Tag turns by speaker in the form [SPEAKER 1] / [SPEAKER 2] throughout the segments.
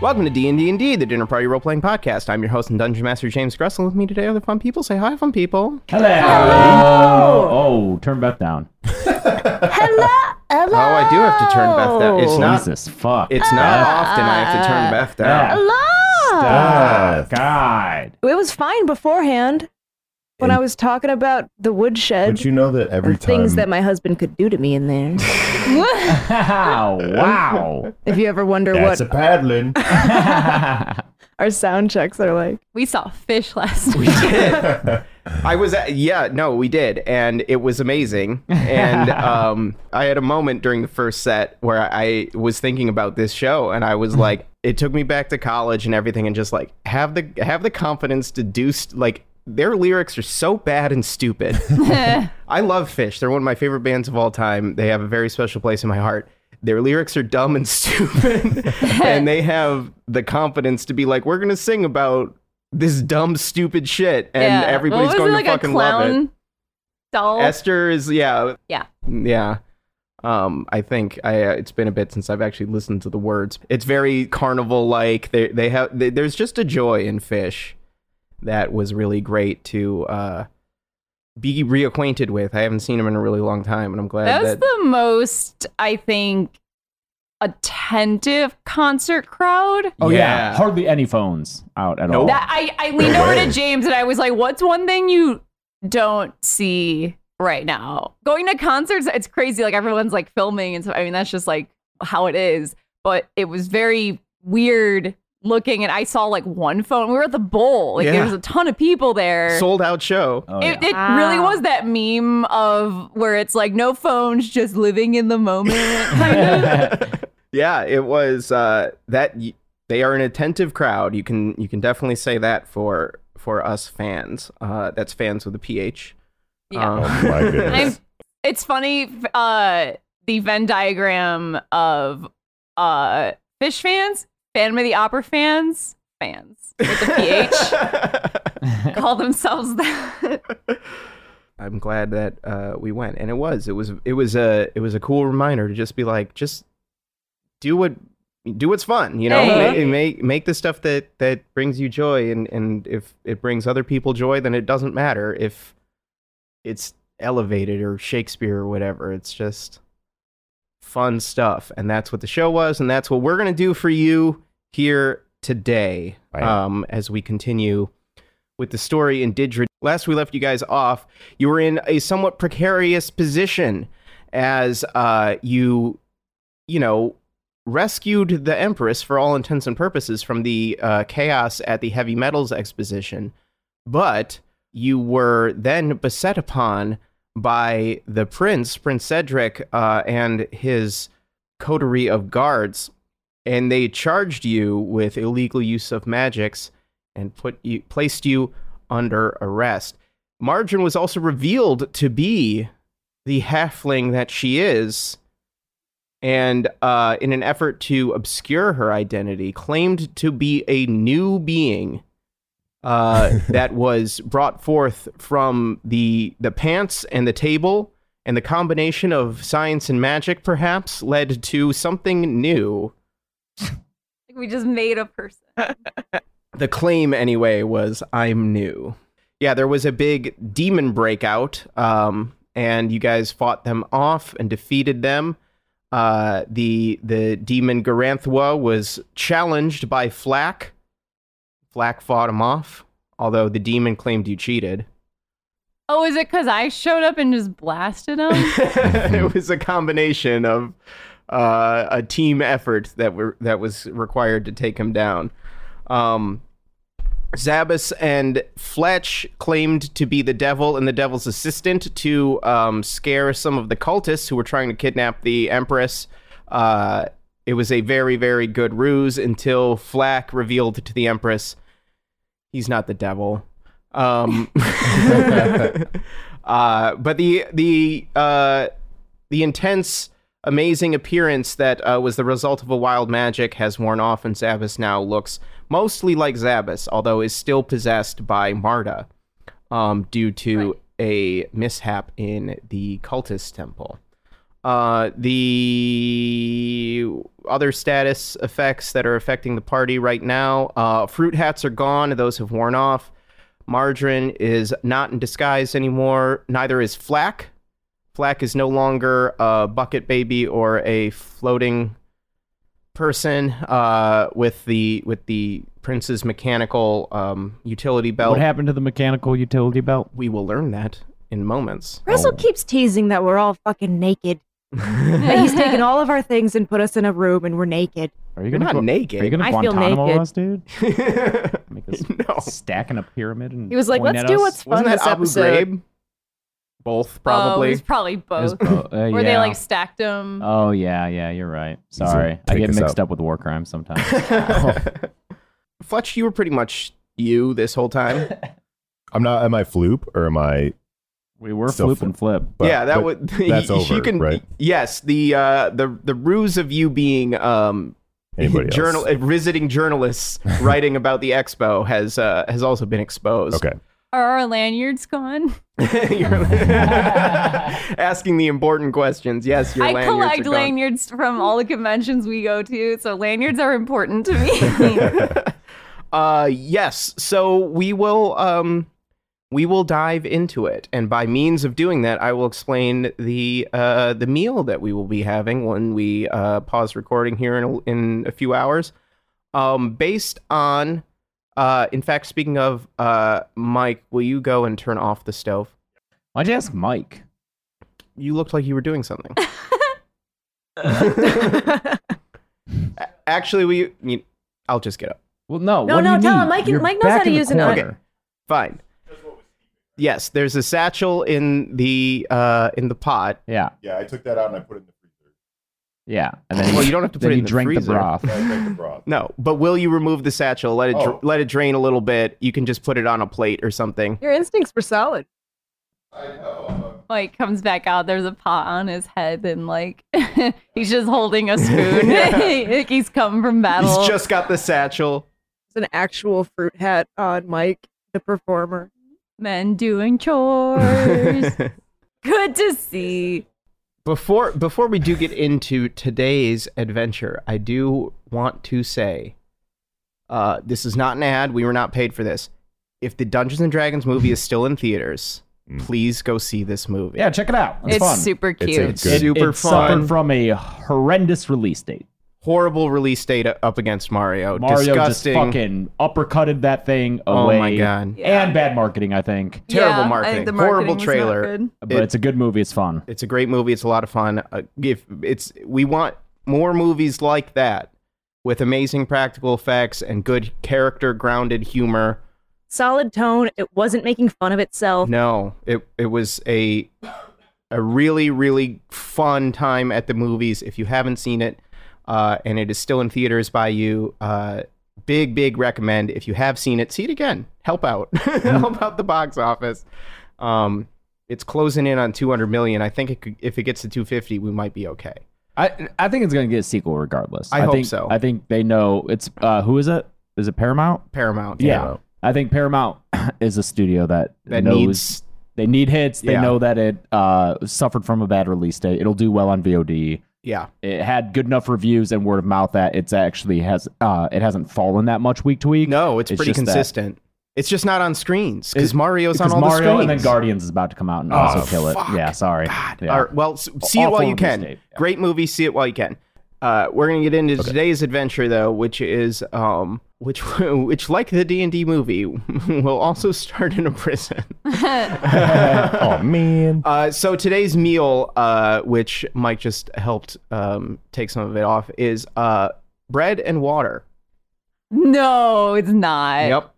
[SPEAKER 1] Welcome to D&D and D, the Dinner Party Role Playing Podcast. I'm your host and Dungeon Master James Gressel. With me today are the fun people. Say hi, fun people.
[SPEAKER 2] Hello. Oh, oh, turn Beth down.
[SPEAKER 1] Oh, I do have to turn Beth down. It's not.
[SPEAKER 2] Jesus, fuck.
[SPEAKER 1] It's not often I have to turn Beth down.
[SPEAKER 2] Beth.
[SPEAKER 3] Ah.
[SPEAKER 2] Beth, God.
[SPEAKER 4] It was fine beforehand when
[SPEAKER 3] And-
[SPEAKER 4] I was talking about the woodshed
[SPEAKER 3] But you know that every
[SPEAKER 4] and things
[SPEAKER 3] time
[SPEAKER 4] that my husband could do to me in there.
[SPEAKER 2] wow.
[SPEAKER 4] if you ever wonder
[SPEAKER 3] that's
[SPEAKER 4] what
[SPEAKER 3] a paddling.
[SPEAKER 4] our sound checks are like.
[SPEAKER 5] We saw fish last week.
[SPEAKER 1] I was at, yeah, no, we did, and it was amazing. And um, I had a moment during the first set where I was thinking about this show, and I was like, it took me back to college and everything, and just like have the have the confidence to do st- like their lyrics are so bad and stupid. I love Fish; they're one of my favorite bands of all time. They have a very special place in my heart. Their lyrics are dumb and stupid, and they have the confidence to be like, we're gonna sing about. This dumb, stupid shit, and
[SPEAKER 5] Yeah.
[SPEAKER 1] everybody's
[SPEAKER 5] What was
[SPEAKER 1] going
[SPEAKER 5] it,
[SPEAKER 1] to
[SPEAKER 5] like
[SPEAKER 1] fucking
[SPEAKER 5] a clown
[SPEAKER 1] love it.
[SPEAKER 5] Doll.
[SPEAKER 1] Esther is yeah,
[SPEAKER 5] yeah.
[SPEAKER 1] yeah. Um, I think I uh, it's been a bit since I've actually listened to the words. It's very carnival like. They they have they, there's just a joy in fish that was really great to uh be reacquainted with. I haven't seen him in a really long time, and I'm glad
[SPEAKER 5] That was
[SPEAKER 1] that.
[SPEAKER 5] the most, I think, attentive concert crowd.
[SPEAKER 2] Oh, yeah.
[SPEAKER 1] Yeah.
[SPEAKER 2] Hardly any phones out at
[SPEAKER 1] Nope.
[SPEAKER 2] all.
[SPEAKER 5] That I, I leaned over
[SPEAKER 3] way.
[SPEAKER 5] to James and I was like, what's one thing you don't see right now? Going to concerts, it's crazy. Like everyone's like filming and stuff. I mean, that's just like how it is. But it was very weird looking and I saw like one phone. We were at the bowl. Like
[SPEAKER 1] Yeah.
[SPEAKER 5] there was a ton of people there.
[SPEAKER 1] Sold out show.
[SPEAKER 2] oh,
[SPEAKER 5] It,
[SPEAKER 2] yeah.
[SPEAKER 5] it really
[SPEAKER 4] Wow.
[SPEAKER 5] was that meme of where it's like no phones, just living in the moment. kind of.
[SPEAKER 1] Yeah, it was uh, that y- they are an attentive crowd. You can you can definitely say that for for us fans. Uh, that's fans with a ph.
[SPEAKER 5] Yeah.
[SPEAKER 1] Um,
[SPEAKER 3] Oh my
[SPEAKER 5] I'm,
[SPEAKER 3] goodness.
[SPEAKER 5] it's funny f- uh, the Venn diagram of uh, fish fans, Phantom of the Opera fans, fans with the PH call themselves that.
[SPEAKER 1] I'm glad that uh, we went, and it was it was it was a it was a cool reminder to just be like, just do what do what's fun, you know,
[SPEAKER 5] Hey.
[SPEAKER 1] make, make make the stuff that that brings you joy, and and if it brings other people joy, then it doesn't matter if it's elevated or Shakespeare or whatever. It's just fun stuff, and that's what the show was, and that's what we're gonna do for you here today,
[SPEAKER 3] Right.
[SPEAKER 1] um, as we continue with the story in Didrid. Last we left you guys off, you were in a somewhat precarious position as uh, you, you know, rescued the Empress for all intents and purposes from the uh, chaos at the Heavy Metals Exposition, but you were then beset upon by the prince, Prince Cedric, uh, and his coterie of guards, and they charged you with illegal use of magics and put you placed you under arrest. Margin was also revealed to be the halfling that she is, and uh, in an effort to obscure her identity, claimed to be a new being uh, that was brought forth from the the pants and the table, and the combination of science and magic, perhaps, led to something new.
[SPEAKER 5] Like we just made a person.
[SPEAKER 1] the claim anyway was I'm new. Yeah, there was a big demon breakout, um, and you guys fought them off and defeated them. Uh, the the demon Garanthwa was challenged by Flack. Flack fought him off, although the demon claimed you cheated.
[SPEAKER 5] Oh, is it because I showed up and just blasted them?
[SPEAKER 1] it was a combination of uh, a team effort that were that was required to take him down. Um, Zabas and Fletch claimed to be the devil and the devil's assistant to um, scare some of the cultists who were trying to kidnap the Empress. Uh, it was a very, very good ruse until Flack revealed to the Empress he's not the devil. Um, uh, but the the uh, the intense, amazing appearance that uh, was the result of a wild magic has worn off, and Zabas now looks mostly like Zabas, although is still possessed by Marta um, due to a mishap in the cultist temple. Uh, the other status effects that are affecting the party right now uh, fruit hats are gone, those have worn off. Margarine is not in disguise anymore, neither is Flack. Flack is no longer a bucket baby or a floating person uh, with the with the prince's mechanical um, utility belt.
[SPEAKER 2] What happened to the mechanical utility belt?
[SPEAKER 1] we will learn that in moments.
[SPEAKER 4] Russell
[SPEAKER 2] Oh.
[SPEAKER 4] keeps teasing that we're all fucking naked. That he's taken all of our things and put us in a room and we're naked.
[SPEAKER 2] Are you
[SPEAKER 1] You're
[SPEAKER 2] gonna
[SPEAKER 1] not
[SPEAKER 2] Gu-
[SPEAKER 1] naked.
[SPEAKER 2] Are you gonna
[SPEAKER 4] I feel
[SPEAKER 2] Guantanamo
[SPEAKER 4] naked.
[SPEAKER 2] us, dude?
[SPEAKER 1] no.
[SPEAKER 2] Make us stack in a pyramid and
[SPEAKER 4] He was like,
[SPEAKER 2] point
[SPEAKER 4] "Let's
[SPEAKER 2] at
[SPEAKER 4] do
[SPEAKER 2] us?"
[SPEAKER 4] what's fun
[SPEAKER 1] Wasn't that
[SPEAKER 4] this
[SPEAKER 1] Abu
[SPEAKER 4] episode."
[SPEAKER 1] Ghraib? Both,
[SPEAKER 5] Oh,
[SPEAKER 1] probably. Uh,
[SPEAKER 5] it's probably
[SPEAKER 2] It was
[SPEAKER 5] both.
[SPEAKER 2] bo- uh,
[SPEAKER 5] Where they
[SPEAKER 2] yeah.
[SPEAKER 5] like stacked them.
[SPEAKER 2] Oh yeah, yeah, you're right.
[SPEAKER 3] He's like,
[SPEAKER 2] Sorry, I
[SPEAKER 3] "Take
[SPEAKER 2] get
[SPEAKER 3] us
[SPEAKER 2] mixed up. with war crimes sometimes.
[SPEAKER 1] Fletch, you were pretty much you this whole time.
[SPEAKER 3] I'm not. Am I floop or am I?
[SPEAKER 2] we were
[SPEAKER 3] Still
[SPEAKER 2] floop and flip.
[SPEAKER 3] but-
[SPEAKER 1] yeah, that
[SPEAKER 3] but
[SPEAKER 1] would.
[SPEAKER 3] that's
[SPEAKER 1] you
[SPEAKER 3] over,
[SPEAKER 1] can,
[SPEAKER 3] right?
[SPEAKER 1] Yes, the uh, the the ruse of you being um,
[SPEAKER 3] Anybody
[SPEAKER 1] journal
[SPEAKER 3] else?
[SPEAKER 1] uh, visiting journalists writing about the expo has uh, has also been exposed.
[SPEAKER 3] Okay.
[SPEAKER 5] Are our lanyards gone?
[SPEAKER 1] You're- asking the important questions. Yes, your
[SPEAKER 5] I
[SPEAKER 1] lanyards are
[SPEAKER 5] collect
[SPEAKER 1] gone.
[SPEAKER 5] lanyards from all the conventions we go to, so lanyards are important to me.
[SPEAKER 1] Uh, yes. So we will um, we will dive into it, and by means of doing that, I will explain the uh, the meal that we will be having when we uh, pause recording here in a, in a few hours. Um, based on, uh, in fact, speaking of, uh, Mike, will you go and turn off the stove?
[SPEAKER 2] Why'd you ask Mike?
[SPEAKER 1] You looked like you were doing something. Actually, we. You, I'll just get up.
[SPEAKER 2] Well, no.
[SPEAKER 4] No,
[SPEAKER 2] what do
[SPEAKER 4] no,
[SPEAKER 2] you
[SPEAKER 4] tell him.
[SPEAKER 2] need?
[SPEAKER 4] Mike can-
[SPEAKER 2] You're
[SPEAKER 4] Mike knows
[SPEAKER 2] back
[SPEAKER 4] how to
[SPEAKER 2] in the
[SPEAKER 4] use an
[SPEAKER 2] corner.
[SPEAKER 1] Okay. Fine. Yes, there's a satchel in the uh, in the pot.
[SPEAKER 2] Yeah,
[SPEAKER 3] Yeah, I took that out and I put it in the freezer.
[SPEAKER 2] yeah. And then
[SPEAKER 1] Well,
[SPEAKER 2] you,
[SPEAKER 1] you don't have to put
[SPEAKER 2] then
[SPEAKER 1] it
[SPEAKER 2] you
[SPEAKER 1] in the
[SPEAKER 2] drink the
[SPEAKER 1] freezer.
[SPEAKER 2] broth.
[SPEAKER 3] I the broth.
[SPEAKER 1] No, but will you remove the satchel? Let it dr-
[SPEAKER 3] Oh.
[SPEAKER 1] let it drain a little bit. You can just put it on a plate or something.
[SPEAKER 4] Your instincts were solid.
[SPEAKER 3] I know.
[SPEAKER 5] Mike comes back out. There's a pot on his head, and like he's just holding a spoon. Like, he's come from battle.
[SPEAKER 1] He's just got the satchel.
[SPEAKER 4] It's an actual fruit hat on Mike, the performer.
[SPEAKER 5] Men doing chores. Good to see.
[SPEAKER 1] before before we do get into today's adventure, I do want to say, uh, this is not an ad. We were not paid for this. If the Dungeons and Dragons movie is still in theaters,
[SPEAKER 3] Mm.
[SPEAKER 1] please go see this movie.
[SPEAKER 2] Yeah, check it out. It's,
[SPEAKER 5] It's,
[SPEAKER 2] fun.
[SPEAKER 5] super
[SPEAKER 3] a
[SPEAKER 5] cute.
[SPEAKER 3] good-
[SPEAKER 2] It-
[SPEAKER 1] Super
[SPEAKER 2] it suffered
[SPEAKER 1] fun.
[SPEAKER 2] from a horrendous release date.
[SPEAKER 1] horrible release date up against Mario.
[SPEAKER 2] Mario
[SPEAKER 1] Disgusting.
[SPEAKER 2] just fucking uppercutted that thing
[SPEAKER 1] oh
[SPEAKER 2] away.
[SPEAKER 1] my god.
[SPEAKER 5] Yeah.
[SPEAKER 2] And bad marketing, I think.
[SPEAKER 1] terrible
[SPEAKER 5] I think
[SPEAKER 1] marketing.
[SPEAKER 5] the
[SPEAKER 1] Horrible
[SPEAKER 5] was not
[SPEAKER 1] trailer.
[SPEAKER 5] good.
[SPEAKER 2] But
[SPEAKER 1] It-
[SPEAKER 2] it's a good movie. It's fun.
[SPEAKER 1] It's a great movie. It's a lot of fun. Uh, if it's we want more movies like that with amazing practical effects and good character grounded humor.
[SPEAKER 4] Solid tone. It wasn't making fun of itself.
[SPEAKER 1] No, it it was a a really really fun time at the movies. If you haven't seen it, uh, and it is still in theaters by you, uh, big big recommend. If you have seen it, see it again. Help out, help out the box office. Um, it's closing in on 200 million. I think it could, if it gets to 250, we might be okay.
[SPEAKER 2] I I think it's gonna get a sequel regardless.
[SPEAKER 1] I hope
[SPEAKER 2] think,
[SPEAKER 1] so.
[SPEAKER 2] I think they know it's uh who is it? Is it Paramount?
[SPEAKER 1] Paramount,
[SPEAKER 2] Yeah. I think Paramount is a studio that,
[SPEAKER 1] that
[SPEAKER 2] knows
[SPEAKER 1] needs
[SPEAKER 2] they need hits. They
[SPEAKER 1] Yeah.
[SPEAKER 2] know that it uh suffered from a bad release date. It'll do well on VOD.
[SPEAKER 1] yeah.
[SPEAKER 2] It had good enough reviews and word of mouth that it's actually has uh it hasn't fallen that much week to week.
[SPEAKER 1] No, it's,
[SPEAKER 2] It's
[SPEAKER 1] pretty
[SPEAKER 2] just that-
[SPEAKER 1] consistent. It's just not on screens because
[SPEAKER 2] It-
[SPEAKER 1] Mario's on
[SPEAKER 2] Because
[SPEAKER 1] all the
[SPEAKER 2] Mario
[SPEAKER 1] screens. Oh,
[SPEAKER 2] and then Guardians is about to come out and also kill it.
[SPEAKER 1] fuck.
[SPEAKER 2] Yeah, sorry. Yeah.
[SPEAKER 1] All right, well, s- see it
[SPEAKER 2] Awful
[SPEAKER 1] while you
[SPEAKER 2] release
[SPEAKER 1] can.
[SPEAKER 2] date. Yeah.
[SPEAKER 1] Great movie. See it while you can. Uh, we're gonna get into
[SPEAKER 3] Okay.
[SPEAKER 1] today's adventure though, which is um, which which like the D and D movie will also start in a prison.
[SPEAKER 3] Oh man.
[SPEAKER 1] Uh, so today's meal, uh, which Mike just helped um, take some of it off, is uh, bread and water.
[SPEAKER 5] No, it's not.
[SPEAKER 1] yep,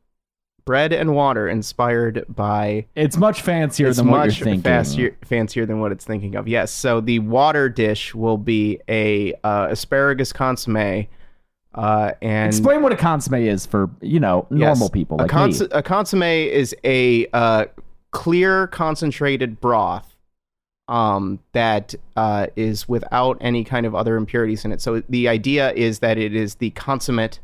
[SPEAKER 1] bread and water inspired by
[SPEAKER 2] It's much fancier
[SPEAKER 1] it's
[SPEAKER 2] than what
[SPEAKER 1] much
[SPEAKER 2] you're thinking.
[SPEAKER 1] fancier, fancier than what it's thinking of. Yes. So the water dish will be a uh, asparagus consomme, uh, and
[SPEAKER 2] Explain what a consomme is for you know
[SPEAKER 1] yes,
[SPEAKER 2] normal people like
[SPEAKER 1] a, cons-
[SPEAKER 2] me.
[SPEAKER 1] a consomme is a uh, clear concentrated broth um, that uh, is without any kind of other impurities in it. So the idea is that it is the consummate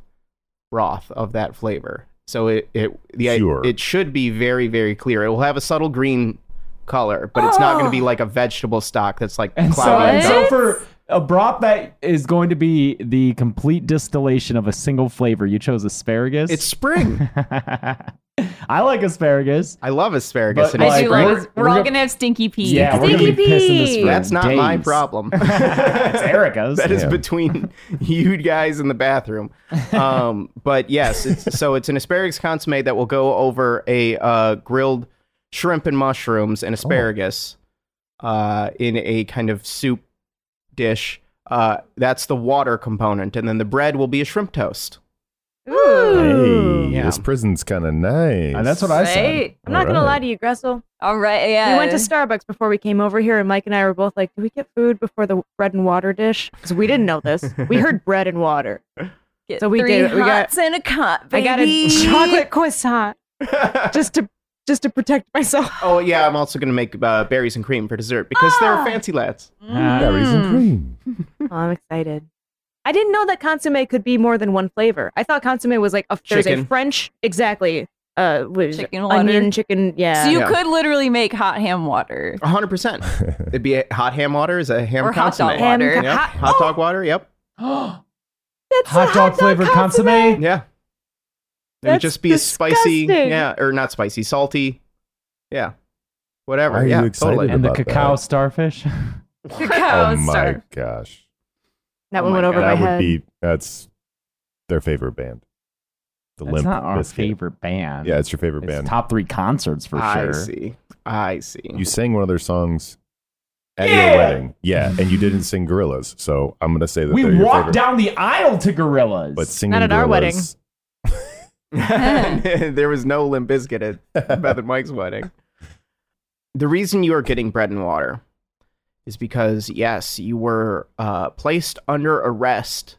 [SPEAKER 1] broth of that flavor. So it it the
[SPEAKER 3] Pure.
[SPEAKER 1] it should be very very clear. It will have a subtle green color, but it's not going
[SPEAKER 5] Oh.
[SPEAKER 1] to be like a vegetable stock that's like
[SPEAKER 2] And so,
[SPEAKER 1] cloudy.
[SPEAKER 5] What?
[SPEAKER 2] and
[SPEAKER 1] and dark.
[SPEAKER 2] so for a broth that is going to be the complete distillation of a single flavor, you chose asparagus.
[SPEAKER 1] It's spring.
[SPEAKER 2] I like asparagus.
[SPEAKER 1] I love asparagus.
[SPEAKER 2] But,
[SPEAKER 1] in
[SPEAKER 5] I
[SPEAKER 2] like,
[SPEAKER 5] do
[SPEAKER 1] spring.
[SPEAKER 5] love
[SPEAKER 2] we're-
[SPEAKER 5] this.
[SPEAKER 2] we're
[SPEAKER 5] We're, all
[SPEAKER 2] gonna-
[SPEAKER 5] gonna have stinky peas.
[SPEAKER 2] Yeah, we're gonna be
[SPEAKER 4] Stinky
[SPEAKER 2] pissing this
[SPEAKER 4] pea.
[SPEAKER 2] for
[SPEAKER 1] That's not my
[SPEAKER 2] days.
[SPEAKER 1] problem.
[SPEAKER 2] it's Erica's.
[SPEAKER 1] That is
[SPEAKER 3] Yeah.
[SPEAKER 1] between you guys in the bathroom. Um, but yes, it's, so it's an asparagus consomme that will go over a uh, grilled shrimp and mushrooms and asparagus uh, in a kind of soup dish. Uh, that's the water component, and then the bread will be a shrimp toast.
[SPEAKER 4] Ooh.
[SPEAKER 3] Hey,
[SPEAKER 1] Yeah.
[SPEAKER 3] this prison's kind of nice.
[SPEAKER 2] And that's what I said.
[SPEAKER 5] Right?
[SPEAKER 4] I'm not gonna lie to you, Gressel.
[SPEAKER 5] All right. Yeah.
[SPEAKER 4] We went to Starbucks before we came over here, and Mike and I were both like, "Do we get food before the bread and water dish?" Because we didn't know this. we heard bread and water.
[SPEAKER 5] Get
[SPEAKER 4] so we
[SPEAKER 5] three
[SPEAKER 4] did it. We got-
[SPEAKER 5] hots and a cup.
[SPEAKER 4] I got a
[SPEAKER 5] baby.
[SPEAKER 4] chocolate croissant just to just to protect myself.
[SPEAKER 1] oh yeah, I'm also gonna make uh, berries and cream for dessert because
[SPEAKER 5] Ah.
[SPEAKER 1] they're fancy lads.
[SPEAKER 5] Mm.
[SPEAKER 3] Berries and cream.
[SPEAKER 4] Oh, I'm excited. I didn't know that consomme could be more than one flavor. I thought consomme was like a there's a
[SPEAKER 1] Chicken.
[SPEAKER 4] French exactly uh what is it?
[SPEAKER 5] Chicken water.
[SPEAKER 4] onion chicken yeah.
[SPEAKER 5] So you
[SPEAKER 1] Yeah.
[SPEAKER 5] could literally make hot ham water.
[SPEAKER 1] 100. percent It'd be a hot ham water is a ham
[SPEAKER 5] Or hot
[SPEAKER 1] consomme.
[SPEAKER 5] dog
[SPEAKER 4] Ham
[SPEAKER 5] water. Oh.
[SPEAKER 4] co-
[SPEAKER 1] Yep.
[SPEAKER 4] Hot-
[SPEAKER 1] Hot dog water. Yep.
[SPEAKER 2] hot
[SPEAKER 4] That's a
[SPEAKER 2] dog flavored consomme.
[SPEAKER 1] Yeah. It would
[SPEAKER 4] That's
[SPEAKER 1] just be a spicy,
[SPEAKER 4] disgusting.
[SPEAKER 1] yeah, or not spicy, salty, yeah, whatever.
[SPEAKER 3] Why are you
[SPEAKER 1] yeah,
[SPEAKER 3] excited?
[SPEAKER 1] totally.
[SPEAKER 2] And the
[SPEAKER 3] About
[SPEAKER 2] cacao
[SPEAKER 3] that.
[SPEAKER 2] starfish.
[SPEAKER 5] Cacao
[SPEAKER 3] oh my
[SPEAKER 5] star.
[SPEAKER 3] gosh.
[SPEAKER 1] Oh
[SPEAKER 4] That one
[SPEAKER 1] my
[SPEAKER 4] went over
[SPEAKER 1] God.
[SPEAKER 4] my
[SPEAKER 3] that would
[SPEAKER 4] head.
[SPEAKER 3] be that's their favorite band. The
[SPEAKER 2] That's
[SPEAKER 3] Limp
[SPEAKER 2] not our
[SPEAKER 3] Bizkit.
[SPEAKER 2] favorite band.
[SPEAKER 3] Yeah, it's your favorite
[SPEAKER 2] it's
[SPEAKER 3] band.
[SPEAKER 2] top three concerts for
[SPEAKER 1] I
[SPEAKER 2] sure.
[SPEAKER 1] see. I see.
[SPEAKER 3] You sang one of their songs at your wedding. Yeah, and you didn't sing Gorillas, so I'm gonna say that
[SPEAKER 2] We
[SPEAKER 3] they're your
[SPEAKER 2] walked
[SPEAKER 3] favorite.
[SPEAKER 2] down the aisle to gorillas.
[SPEAKER 3] but singing
[SPEAKER 4] Not at our wedding.
[SPEAKER 3] Gorillaz-
[SPEAKER 1] there was no Limp Bizkit at Beth and Mike's wedding. The reason you are getting bread and water is because, yes, you were uh, placed under arrest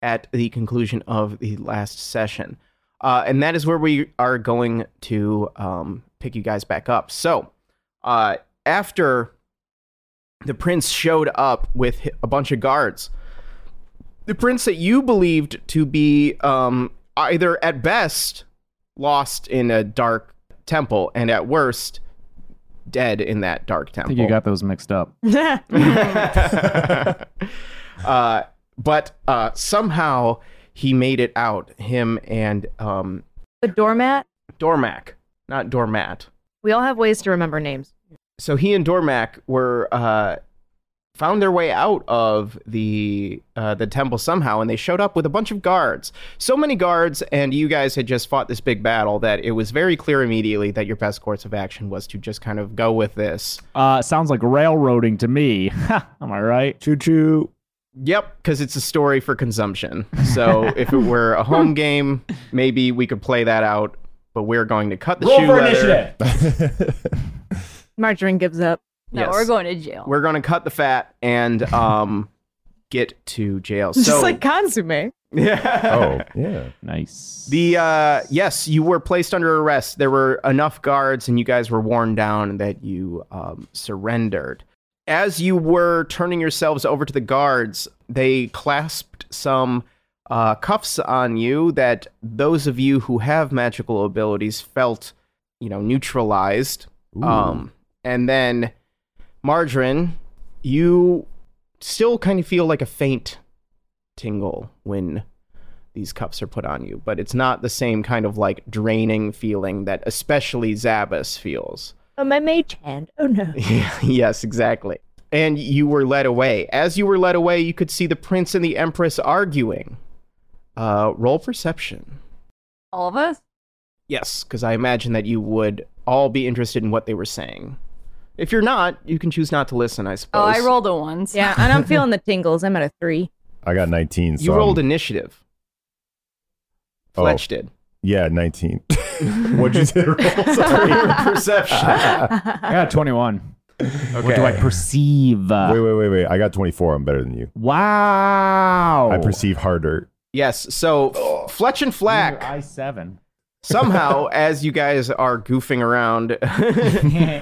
[SPEAKER 1] at the conclusion of the last session. Uh, and that is where we are going to um, pick you guys back up. So, uh, after the prince showed up with hi- a bunch of guards, the prince that you believed to be um, either at best lost in a dark temple and at worst dead in that dark
[SPEAKER 2] I
[SPEAKER 1] temple.
[SPEAKER 2] think you got those mixed up.
[SPEAKER 1] uh, but uh, somehow he made it out. Him and um,
[SPEAKER 4] the doormat.
[SPEAKER 1] Dormac, not Dormat.
[SPEAKER 4] We all have ways to remember names.
[SPEAKER 1] So he and Dormac were uh, found their way out of the uh, the temple somehow, and they showed up with a bunch of guards. So many guards, and you guys had just fought this big battle that it was very clear immediately that your best course of action was to just kind of go with this.
[SPEAKER 2] Uh, sounds like railroading to me. Am I right?
[SPEAKER 3] Choo choo.
[SPEAKER 1] Yep, because it's a story for consumption. So if it were a home game, maybe we could play that out. But we're going to cut the shoe leather.
[SPEAKER 4] Margarine gives up.
[SPEAKER 5] No,
[SPEAKER 1] Yes.
[SPEAKER 5] we're going to jail.
[SPEAKER 1] We're going to cut the fat and um, get to jail. So,
[SPEAKER 4] Just like consomme.
[SPEAKER 3] oh yeah.
[SPEAKER 2] Nice.
[SPEAKER 1] The uh, yes, you were placed under arrest. There were enough guards, and you guys were worn down that you um, surrendered. As you were turning yourselves over to the guards, they clasped some uh, cuffs on you that those of you who have magical abilities felt, you know, neutralized.
[SPEAKER 3] Ooh.
[SPEAKER 1] Um, and then, Margarine, you still kind of feel like a faint tingle when these cuffs are put on you, but it's not the same kind of like draining feeling that especially Zabas feels.
[SPEAKER 4] Oh, my mage hand. Oh no.
[SPEAKER 1] yes, exactly. And you were led away. As you were led away, you could see the prince and the empress arguing. Uh, roll perception.
[SPEAKER 5] All of us.
[SPEAKER 1] Yes, because I imagine that you would all be interested in what they were saying. If you're not, you can choose not to listen, I suppose.
[SPEAKER 5] Oh, I rolled a one. so-
[SPEAKER 4] Yeah, and I'm feeling the tingles. I'm at a three.
[SPEAKER 3] I got 19. So
[SPEAKER 1] You rolled
[SPEAKER 3] I'm-
[SPEAKER 1] initiative.
[SPEAKER 3] Oh.
[SPEAKER 1] Fletch did.
[SPEAKER 3] Yeah, 19. What'd you say? to roll?
[SPEAKER 1] Your
[SPEAKER 3] Sorry.
[SPEAKER 1] perception.
[SPEAKER 2] I got 21. What do I
[SPEAKER 1] Okay.
[SPEAKER 2] perceive?
[SPEAKER 3] wait, wait, wait, wait. I got 24. I'm better than you.
[SPEAKER 2] Wow.
[SPEAKER 3] I perceive harder.
[SPEAKER 1] Yes, so F- Fletch and Flack.
[SPEAKER 2] I seven.
[SPEAKER 1] somehow as you guys are goofing around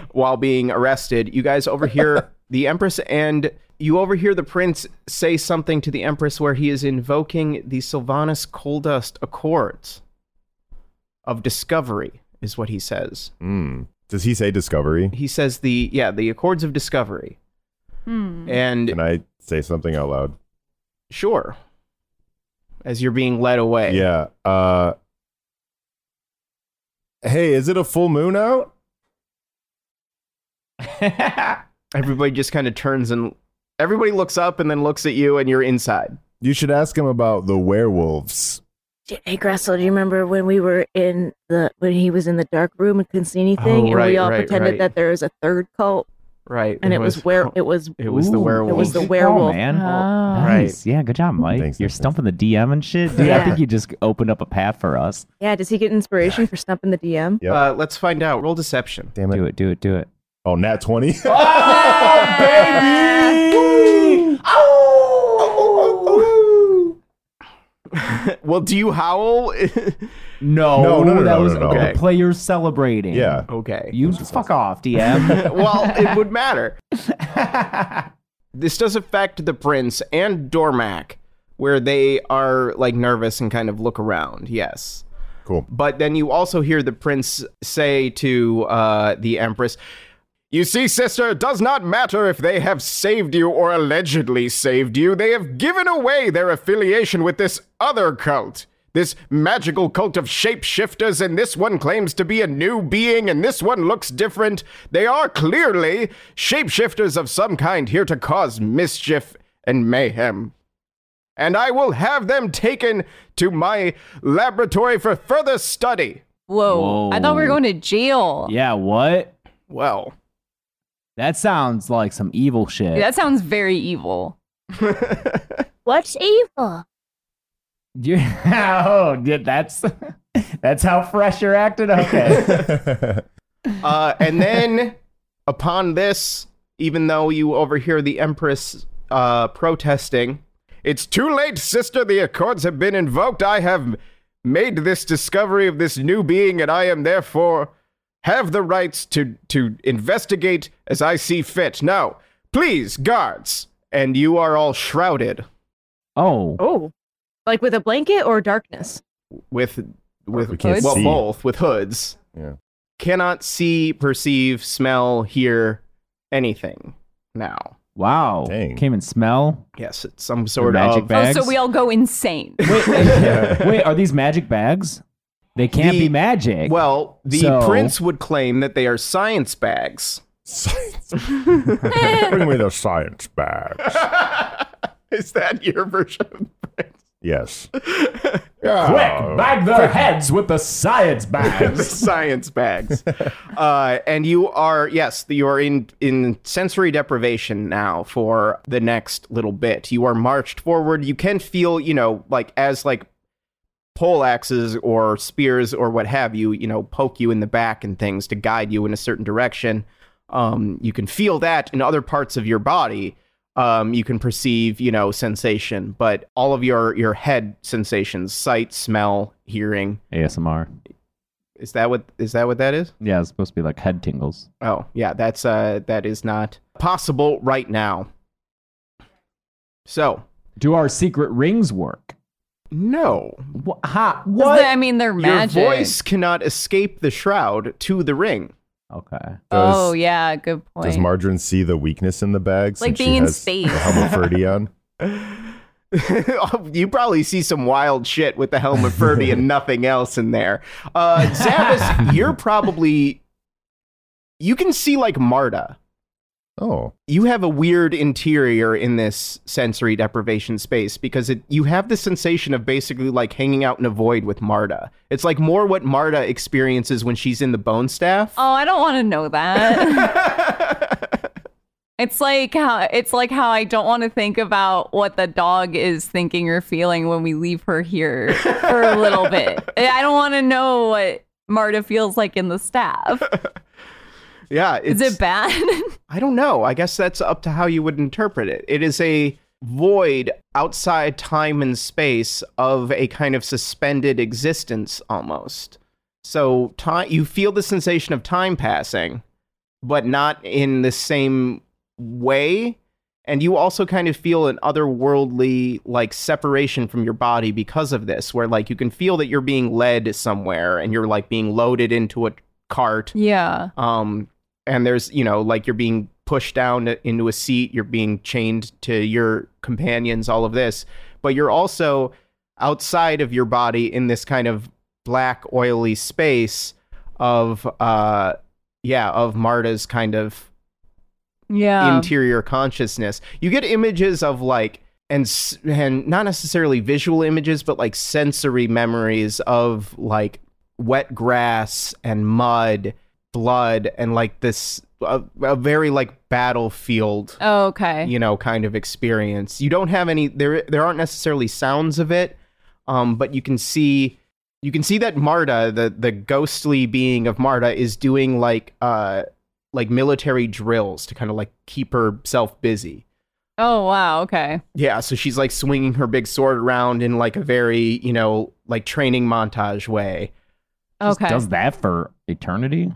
[SPEAKER 1] while being arrested you guys overhear the empress and you overhear the prince say something to the empress where he is invoking the sylvanus coldust accords of discovery is what he says
[SPEAKER 3] Mm. Does he say discovery?
[SPEAKER 1] He says the yeah the Accords of Discovery,
[SPEAKER 5] Hmm.
[SPEAKER 1] and
[SPEAKER 3] Can I say something out loud?
[SPEAKER 1] sure, as you're being led away.
[SPEAKER 3] Yeah. Uh, hey, is it a full moon out?
[SPEAKER 1] Everybody just kind of turns and everybody looks up and then looks at you, and you're inside.
[SPEAKER 3] You should ask him about the werewolves.
[SPEAKER 4] Hey, Gressel, do you remember when we were in the when he was in the dark room and couldn't see anything, and
[SPEAKER 1] Oh, right,
[SPEAKER 4] we all
[SPEAKER 1] right,
[SPEAKER 4] pretended
[SPEAKER 1] right.
[SPEAKER 4] that there was a third cult,
[SPEAKER 1] Right,
[SPEAKER 4] and it was, where it was
[SPEAKER 1] it was the
[SPEAKER 2] Ooh,
[SPEAKER 1] werewolf.
[SPEAKER 4] it was the
[SPEAKER 2] Good call,
[SPEAKER 4] werewolf. Oh.
[SPEAKER 2] man.
[SPEAKER 5] Ah.
[SPEAKER 1] Right.
[SPEAKER 2] Nice. Yeah, good job, Mike.
[SPEAKER 3] Thanks,
[SPEAKER 2] You're
[SPEAKER 3] thanks,
[SPEAKER 2] stumping the DM and shit. Dude, I
[SPEAKER 4] Yeah.
[SPEAKER 2] think you just opened up a path for us.
[SPEAKER 4] yeah. Does he get inspiration for stumping the DM?
[SPEAKER 3] Yep.
[SPEAKER 1] Uh, let's find out. Roll deception.
[SPEAKER 3] Damn
[SPEAKER 2] Do it, do it, do it.
[SPEAKER 3] Oh, nat 20.
[SPEAKER 1] well, do you howl?
[SPEAKER 2] No,
[SPEAKER 3] No, no, no,
[SPEAKER 2] that
[SPEAKER 3] no,
[SPEAKER 2] was
[SPEAKER 3] no, no.
[SPEAKER 2] the players celebrating.
[SPEAKER 3] yeah.
[SPEAKER 1] okay.
[SPEAKER 2] You fuck off, DM.
[SPEAKER 1] well, it would matter. This does affect the prince and Dormac, where they are like nervous and kind of look around. Yes.
[SPEAKER 3] Cool.
[SPEAKER 1] But then you also hear the prince say to uh, the empress, You see, sister, it does not matter if they have saved you or allegedly saved you. They have given away their affiliation with this other cult. This magical cult of shapeshifters, and this one claims to be a new being, and this one looks different. They are clearly shapeshifters of some kind here to cause mischief and mayhem and I will have them taken to my laboratory for further study.
[SPEAKER 5] Whoa. I thought we were
[SPEAKER 2] Whoa.
[SPEAKER 5] going to jail.
[SPEAKER 2] yeah, what?
[SPEAKER 1] Well,
[SPEAKER 2] That sounds like some evil shit.
[SPEAKER 5] Dude, that sounds very evil.
[SPEAKER 4] What's evil?
[SPEAKER 2] You- oh, yeah, that's that's how fresh you're acting. Okay.
[SPEAKER 1] uh, and then upon this, even though you overhear the Empress uh, protesting, it's too late, sister. The Accords have been invoked. I have made this discovery of this new being, and I am therefore have the rights to to investigate as I see fit. Now, please, guards, and you are all shrouded.
[SPEAKER 2] oh,
[SPEAKER 4] Oh, like with a blanket or darkness?
[SPEAKER 1] with with
[SPEAKER 3] We can't
[SPEAKER 1] well
[SPEAKER 3] see.
[SPEAKER 1] both with hoods
[SPEAKER 3] Yeah.
[SPEAKER 1] cannot see perceive smell hear anything now
[SPEAKER 2] wow.
[SPEAKER 3] Dang.
[SPEAKER 2] Came and smell.
[SPEAKER 1] yes it's some sort
[SPEAKER 2] magic
[SPEAKER 1] of
[SPEAKER 2] bag. Bags?
[SPEAKER 5] Oh, so we all go insane.
[SPEAKER 2] Wait, wait, are these magic bags? They can't
[SPEAKER 1] The-
[SPEAKER 2] be magic.
[SPEAKER 1] well the
[SPEAKER 2] So-
[SPEAKER 1] prince would claim that they are science bags
[SPEAKER 3] Science. Bring me the science bags.
[SPEAKER 1] is that your version of the prince
[SPEAKER 3] Yes. Yeah.
[SPEAKER 2] uh, their heads with the science
[SPEAKER 1] the science bags uh, and you are yes you are in in sensory deprivation now for the next little bit you are marched forward you can feel you know like as like pole axes or spears or what have you you know poke you in the back and things to guide you in a certain direction um, you can feel that in other parts of your body um, you can perceive you know sensation but all of your your head sensations sight smell hearing
[SPEAKER 2] ASMR.
[SPEAKER 1] is that what is that what that is?
[SPEAKER 2] Yeah, it's supposed to be like head tingles.
[SPEAKER 1] Oh, yeah, that's uh that is not possible right now. So,
[SPEAKER 2] Do our secret rings work?
[SPEAKER 1] no.
[SPEAKER 2] Wha ha,
[SPEAKER 5] Does
[SPEAKER 2] what?
[SPEAKER 5] that- I mean, they're magic.
[SPEAKER 1] Your voice cannot escape the shroud to the ring.
[SPEAKER 2] okay.
[SPEAKER 3] Does-
[SPEAKER 5] oh, yeah. Good point.
[SPEAKER 3] Does Margarine see the weakness in the bags? since
[SPEAKER 5] Like
[SPEAKER 3] she
[SPEAKER 5] being in
[SPEAKER 3] has
[SPEAKER 5] space.
[SPEAKER 3] The Hummerferdy on.
[SPEAKER 1] you probably see some wild shit with the helm of Ferdy and nothing else in there. Uh Zavis, you're probably you can see like Marta.
[SPEAKER 3] Oh,
[SPEAKER 1] you have a weird interior in this sensory deprivation space because it, you have the sensation of basically like hanging out in a void with Marta. It's like more what Marta experiences when she's in the bone staff.
[SPEAKER 5] oh, uh, I don't want to know that. It's like how it's like how I don't want to think about what the dog is thinking or feeling when we leave her here for a little bit. I don't want to know what Marta feels like in the staff.
[SPEAKER 1] yeah,
[SPEAKER 5] Is
[SPEAKER 1] it's,
[SPEAKER 5] it bad?
[SPEAKER 1] I don't know. I guess that's up to how you would interpret it. It is a void outside time and space of a kind of suspended existence almost. So time you feel the sensation of time passing, but not in the same way. And you also kind of feel an otherworldly like separation from your body because of this, where like you can feel that you're being led somewhere and you're like being loaded into a cart.
[SPEAKER 5] Yeah.
[SPEAKER 1] Um, and there's, you know, like you're being pushed down into a seat, you're being chained to your companions, all of this, but you're also outside of your body in this kind of black, oily space of, uh, yeah, of Marta's kind of
[SPEAKER 5] Yeah.
[SPEAKER 1] interior consciousness. You get images of like, and s- and not necessarily visual images, but like sensory memories of like wet grass and mud, blood, and like this a, a very like battlefield,
[SPEAKER 5] oh, okay.
[SPEAKER 1] you know, kind of experience. You don't have any there. There aren't necessarily sounds of it, um, but you can see. You can see that Marta, the, the ghostly being of Marta, is doing like uh like military drills to kind of like keep herself busy.
[SPEAKER 5] Oh wow. Okay.
[SPEAKER 1] Yeah, so she's like swinging her big sword around in like a very, you know, like training montage way.
[SPEAKER 2] Just
[SPEAKER 5] Okay.
[SPEAKER 2] Does that for eternity?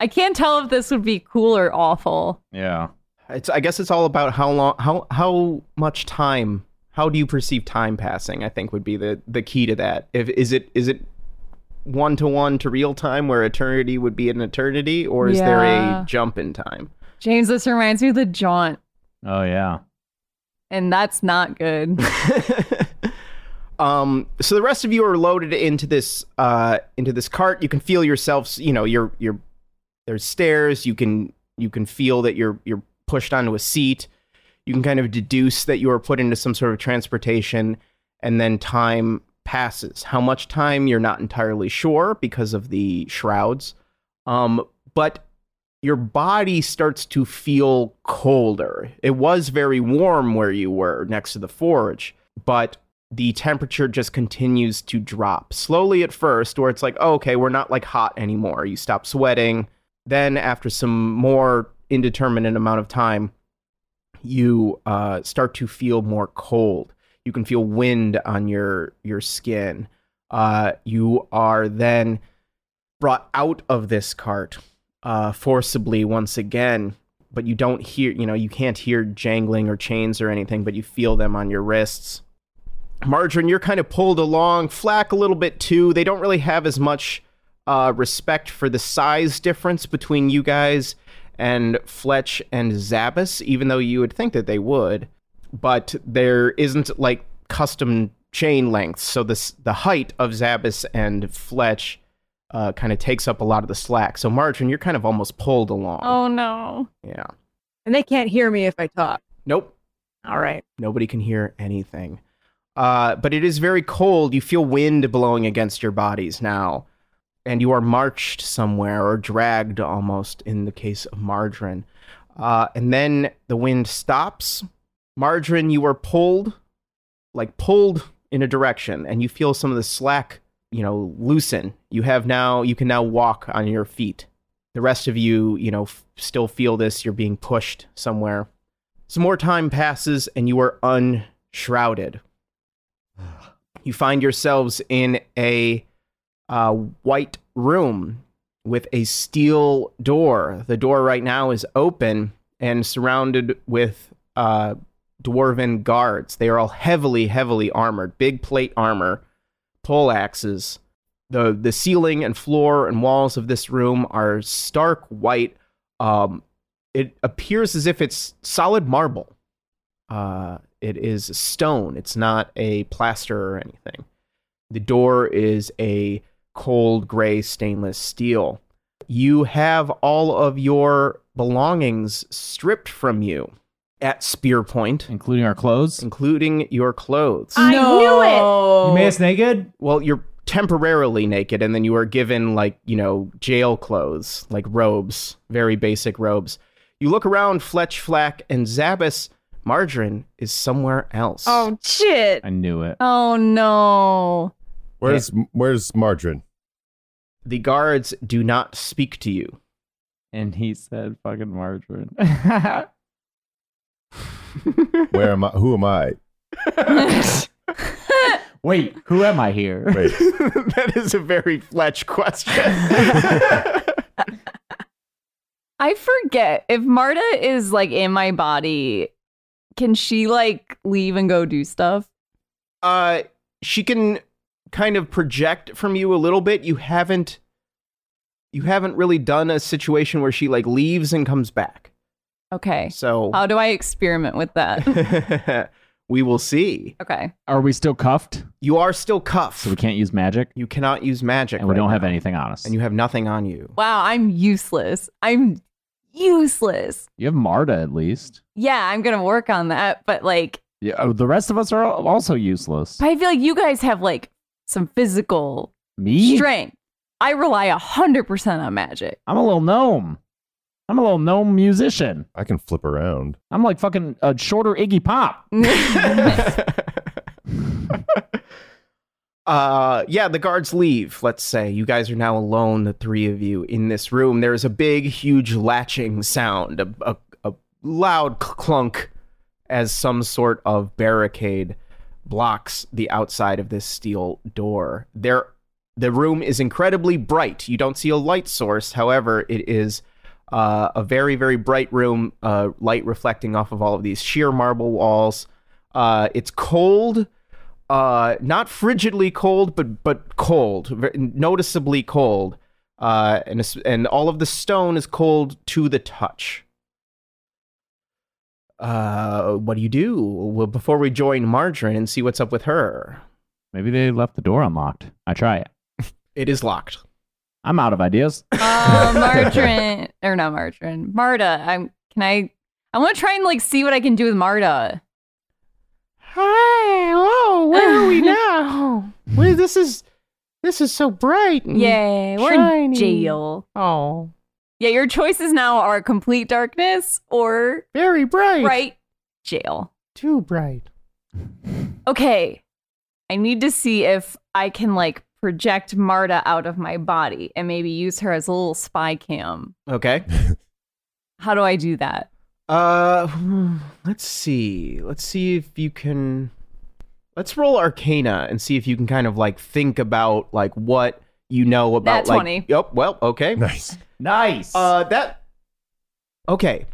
[SPEAKER 5] I can't tell if this would be cool or awful.
[SPEAKER 2] Yeah.
[SPEAKER 1] It's I guess it's all about how long how how much time how do you perceive time passing, I think would be the the key to that. If is it is it one to one to real time where eternity would be an eternity or is there
[SPEAKER 5] Yeah.
[SPEAKER 1] a jump in time?
[SPEAKER 5] James, this reminds me of the jaunt,
[SPEAKER 2] Oh yeah.
[SPEAKER 5] and that's not good.
[SPEAKER 1] um so the rest of you are loaded into this uh into this cart you can feel yourselves you know you're you're there's stairs you can you can feel that you're you're pushed onto a seat you can kind of deduce that you are put into some sort of transportation and then time passes how much time you're not entirely sure because of the shrouds um but your body starts to feel colder it was very warm where you were next to the forge but the temperature just continues to drop slowly at first, where it's like, oh, okay, we're not like hot anymore. You stop sweating. Then, after some more indeterminate amount of time, you uh, start to feel more cold. You can feel wind on your your skin. Uh, you are then brought out of this cart uh, forcibly once again, but you don't hear, you know, you can't hear jangling or chains or anything, but you feel them on your wrists. Margarine, you're kind of pulled along. Flack a little bit too. They don't really have as much uh, respect for the size difference between you guys and Fletch and Zabbis, even though you would think that they would. But there isn't like custom chain lengths, so this the height of Zabbis and Fletch uh, kind of takes up a lot of the slack. So Margarine, you're kind of almost pulled along.
[SPEAKER 5] oh no.
[SPEAKER 1] Yeah.
[SPEAKER 4] And they can't hear me if I talk.
[SPEAKER 1] Nope.
[SPEAKER 4] All right.
[SPEAKER 1] Nobody can hear anything. Uh, but it is very cold. You feel wind blowing against your bodies now. And you are marched somewhere or dragged almost in the case of Margarine. Uh, and then the wind stops. Margarine, you are pulled, like pulled in a direction, and you feel some of the slack, you know, loosen. You have now, you can now walk on your feet. The rest of you, you know, f- still feel this. You're being pushed somewhere. Some more time passes and you are unshrouded. You find yourselves in a uh, white room with a steel door. The door right now is open and surrounded with uh, dwarven guards. They are all heavily, heavily armored, big plate armor, pole axes. The, the ceiling and floor and walls of this room are stark white. Um, it appears as if it's solid marble. Uh, it is stone. It's not a plaster or anything. The door is a cold gray stainless steel. You have all of your belongings stripped from you at spear point,
[SPEAKER 2] Including our clothes.
[SPEAKER 1] including your clothes.
[SPEAKER 4] I knew it!
[SPEAKER 5] No.
[SPEAKER 6] You made us naked?
[SPEAKER 1] well, you're temporarily naked and then you are given like, you know, jail clothes, like robes, very basic robes. You look around Fletch Flack and Zabbis, Margarine is somewhere else.
[SPEAKER 4] Oh shit!
[SPEAKER 2] I knew it.
[SPEAKER 5] Oh no.
[SPEAKER 3] Where's Where's Margarine?
[SPEAKER 1] The guards do not speak to you.
[SPEAKER 2] And he said fucking margarine.
[SPEAKER 3] Where am I? Who am I?
[SPEAKER 2] Wait, who am I here?
[SPEAKER 3] Wait,
[SPEAKER 1] that is a very Fletch question.
[SPEAKER 5] I forget if Marta is like in my body, can she like leave and go do stuff?
[SPEAKER 1] uh she can kind of project from you a little bit. You haven't you haven't really done a situation where she like leaves and comes back.
[SPEAKER 5] Okay.
[SPEAKER 1] So
[SPEAKER 5] How do I experiment with that?
[SPEAKER 1] we will see.
[SPEAKER 5] Okay.
[SPEAKER 2] Are we still cuffed?
[SPEAKER 1] You are still cuffed.
[SPEAKER 2] So we can't use magic,
[SPEAKER 1] you cannot use magic.
[SPEAKER 2] and we
[SPEAKER 1] right
[SPEAKER 2] don't have
[SPEAKER 1] now.
[SPEAKER 2] anything on us.
[SPEAKER 1] And you have nothing on you.
[SPEAKER 5] Wow, I'm useless. I'm useless.
[SPEAKER 2] you have Marta at least.
[SPEAKER 5] Yeah, I'm going to work on that, but like
[SPEAKER 2] Yeah, oh, the rest of us are al- also useless.
[SPEAKER 5] I feel like you guys have like some physical
[SPEAKER 2] Me?
[SPEAKER 5] strength. I rely 100% on magic.
[SPEAKER 2] I'm a little gnome. I'm a little gnome musician.
[SPEAKER 3] I can flip around.
[SPEAKER 2] I'm like fucking a shorter Iggy Pop.
[SPEAKER 1] uh yeah, the guards leave, let's say. You guys are now alone, the three of you, in this room. There is a big, huge latching sound, a, a, a loud cl- clunk as some sort of barricade blocks the outside of this steel door. There the room is incredibly bright. You don't see a light source, however, it is uh, a very, very bright room, uh, light reflecting off of all of these sheer marble walls. Uh, it's cold, uh, not frigidly cold, but but cold, ver- noticeably cold, uh, and es- and all of the stone is cold to the touch. Uh, what do you do? Well, before we join Margarine and see what's up with her,
[SPEAKER 2] Maybe they left the door unlocked. I try it.
[SPEAKER 1] it is locked.
[SPEAKER 2] I'm out of ideas.
[SPEAKER 5] Uh, Margarine, or not Margarine, Marta. I'm. Can I? I want to try and like see what I can do with Marta.
[SPEAKER 1] Hi, oh,
[SPEAKER 5] where are we
[SPEAKER 1] now? this is this is so bright.
[SPEAKER 5] Mm-hmm. Yay, we're in
[SPEAKER 1] Shiny.
[SPEAKER 5] jail.
[SPEAKER 1] Oh,
[SPEAKER 5] Yeah, your choices now are complete darkness or
[SPEAKER 1] very bright.
[SPEAKER 5] right jail.
[SPEAKER 1] Too bright.
[SPEAKER 5] Okay, I need to see if I can like project Marta out of my body and maybe use her as a little spy cam.
[SPEAKER 1] Okay.
[SPEAKER 5] How do I do that?
[SPEAKER 1] Uh, hmm, let's see. Let's see if you can. Let's roll Arcana and see if you can kind of like think about like what you know about.
[SPEAKER 5] Nat
[SPEAKER 1] like,
[SPEAKER 5] 20.
[SPEAKER 1] Yep. Well, okay.
[SPEAKER 3] Nice.
[SPEAKER 2] Nice.
[SPEAKER 1] Uh, that. Okay,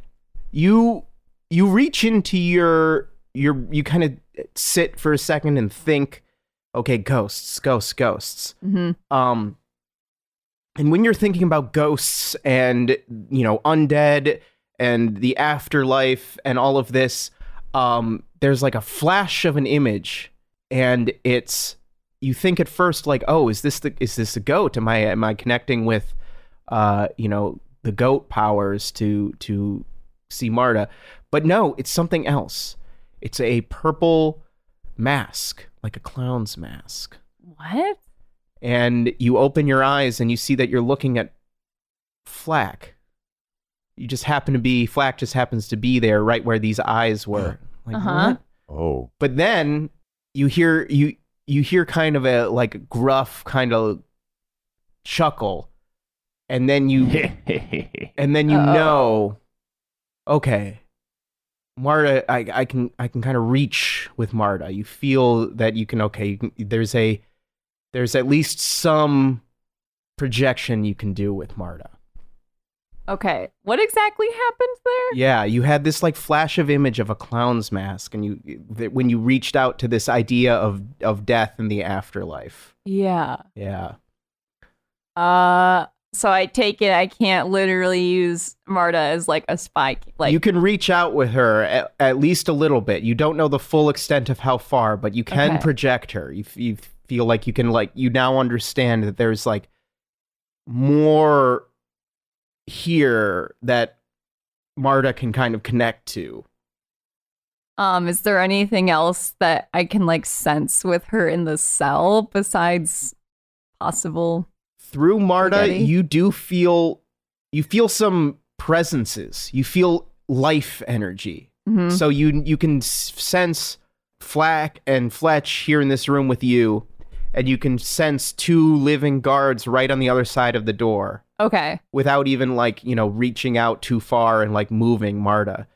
[SPEAKER 1] you you reach into your your you kind of sit for a second and think. Okay, ghosts, ghosts, ghosts.
[SPEAKER 5] Mm-hmm.
[SPEAKER 1] Um, and when you're thinking about ghosts and you know undead and the afterlife and all of this, um, there's like a flash of an image, and it's you think at first like, oh, is this the is this the goat? Am I am I connecting with, uh, you know, the goat powers to to see Marta? But no, it's something else. It's a purple mask, like a clown's mask
[SPEAKER 5] What?
[SPEAKER 1] and you open your eyes and you see that you're looking at Flack. You just happen to be Flack just happens to be there right where these eyes were. Like
[SPEAKER 5] Uh-huh.
[SPEAKER 1] what?
[SPEAKER 3] Oh,
[SPEAKER 1] But then you hear you you hear kind of a like gruff kind of chuckle and then you and then you
[SPEAKER 5] Uh-oh.
[SPEAKER 1] know okay marta I, I can i can kind of reach with marta you feel that you can okay you can, there's a there's at least some projection you can do with marta
[SPEAKER 5] Okay, what exactly happened there?
[SPEAKER 1] yeah you had this like flash of image of a clown's mask and you that when you reached out to this idea of of death and the afterlife
[SPEAKER 5] Yeah.
[SPEAKER 1] yeah
[SPEAKER 5] Uh, so I take it I can't literally use Marta as like a spy. ca- Like,
[SPEAKER 1] you can reach out with her at, at least a little bit. You don't know the full extent of how far, but you can
[SPEAKER 5] Okay.
[SPEAKER 1] project her. You, f- you feel like you can like you now understand that there's like more here that Marta can kind of connect to.
[SPEAKER 5] um, is there anything else that I can like sense with her in the cell besides possible?
[SPEAKER 1] Through Marta,
[SPEAKER 5] Spaghetti.
[SPEAKER 1] you do feel you feel some presences. You feel life energy.
[SPEAKER 5] Mhm.
[SPEAKER 1] So you you can s- sense Flack and Fletch here in this room with you, and you can sense two living guards right on the other side of the door
[SPEAKER 5] Okay.
[SPEAKER 1] without even like you know reaching out too far and like moving Marta.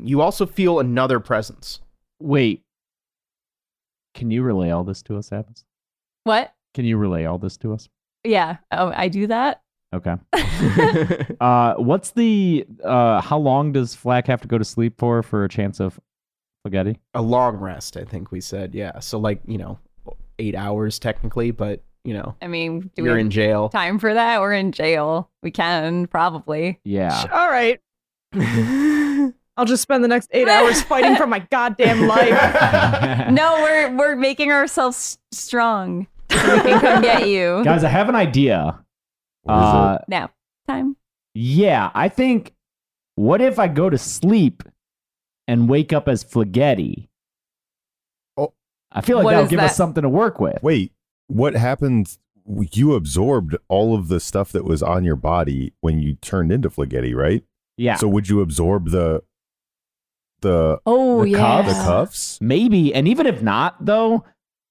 [SPEAKER 1] You also feel another presence.
[SPEAKER 2] Wait. Can you relay all this to us, Evans?
[SPEAKER 5] What?
[SPEAKER 2] Can you relay all this to us?
[SPEAKER 5] Yeah. Oh, I do that.
[SPEAKER 2] Okay. Uh, what's the uh? How long does Flack have to go to sleep for for a chance of spaghetti?
[SPEAKER 1] A long rest, I think we said. Yeah. So like you know, eight hours technically, but you know,
[SPEAKER 5] I mean, do
[SPEAKER 1] you're
[SPEAKER 5] we
[SPEAKER 1] in
[SPEAKER 5] have
[SPEAKER 1] jail.
[SPEAKER 5] time for that? We're in jail. We can probably.
[SPEAKER 2] Yeah.
[SPEAKER 4] All right. I'll just spend the next eight hours fighting for my goddamn life.
[SPEAKER 5] No, we're we're making ourselves s- strong. So we can come get you
[SPEAKER 2] Guys, I have an idea.
[SPEAKER 3] What is it?
[SPEAKER 2] Uh,
[SPEAKER 5] now. Time.
[SPEAKER 2] yeah, I think. What if I go to sleep and wake up as Flagetti?
[SPEAKER 3] Oh.
[SPEAKER 2] I feel like
[SPEAKER 5] What
[SPEAKER 2] that'll
[SPEAKER 5] is
[SPEAKER 2] give
[SPEAKER 5] that?
[SPEAKER 2] us something to work with.
[SPEAKER 3] Wait, what happened? You absorbed all of the stuff that was on your body when you turned into Flagetti, right?
[SPEAKER 2] Yeah.
[SPEAKER 3] So would you absorb the the
[SPEAKER 5] Oh
[SPEAKER 2] The
[SPEAKER 5] yeah.
[SPEAKER 2] cuff?
[SPEAKER 3] the cuffs?
[SPEAKER 2] Maybe. And even if not, though,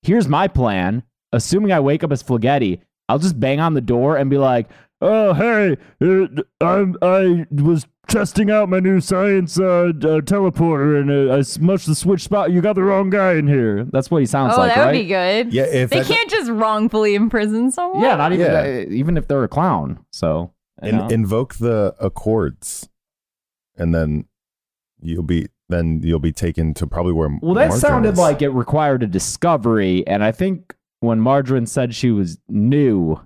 [SPEAKER 2] here's my plan. Assuming I wake up as Flagetti, I'll just bang on the door and be like, "Oh, hey, uh, I'm, I was testing out my new science uh, d- uh, teleporter, and uh, I smushed the switch spot. You got the wrong guy in here." That's what he sounds
[SPEAKER 5] Oh,
[SPEAKER 2] like,
[SPEAKER 5] that would
[SPEAKER 2] right?
[SPEAKER 5] be good.
[SPEAKER 3] Yeah, if
[SPEAKER 5] They
[SPEAKER 3] that-
[SPEAKER 5] can't just wrongfully imprison someone.
[SPEAKER 2] yeah, not even
[SPEAKER 3] Yeah.
[SPEAKER 2] that- even if they're a clown. So, you know.
[SPEAKER 3] in, invoke the accords, and then you'll be then you'll be taken to probably where.
[SPEAKER 2] well, that
[SPEAKER 3] Marjorie
[SPEAKER 2] sounded
[SPEAKER 3] is.
[SPEAKER 2] like it required a discovery, and I think when Margarine said she was new,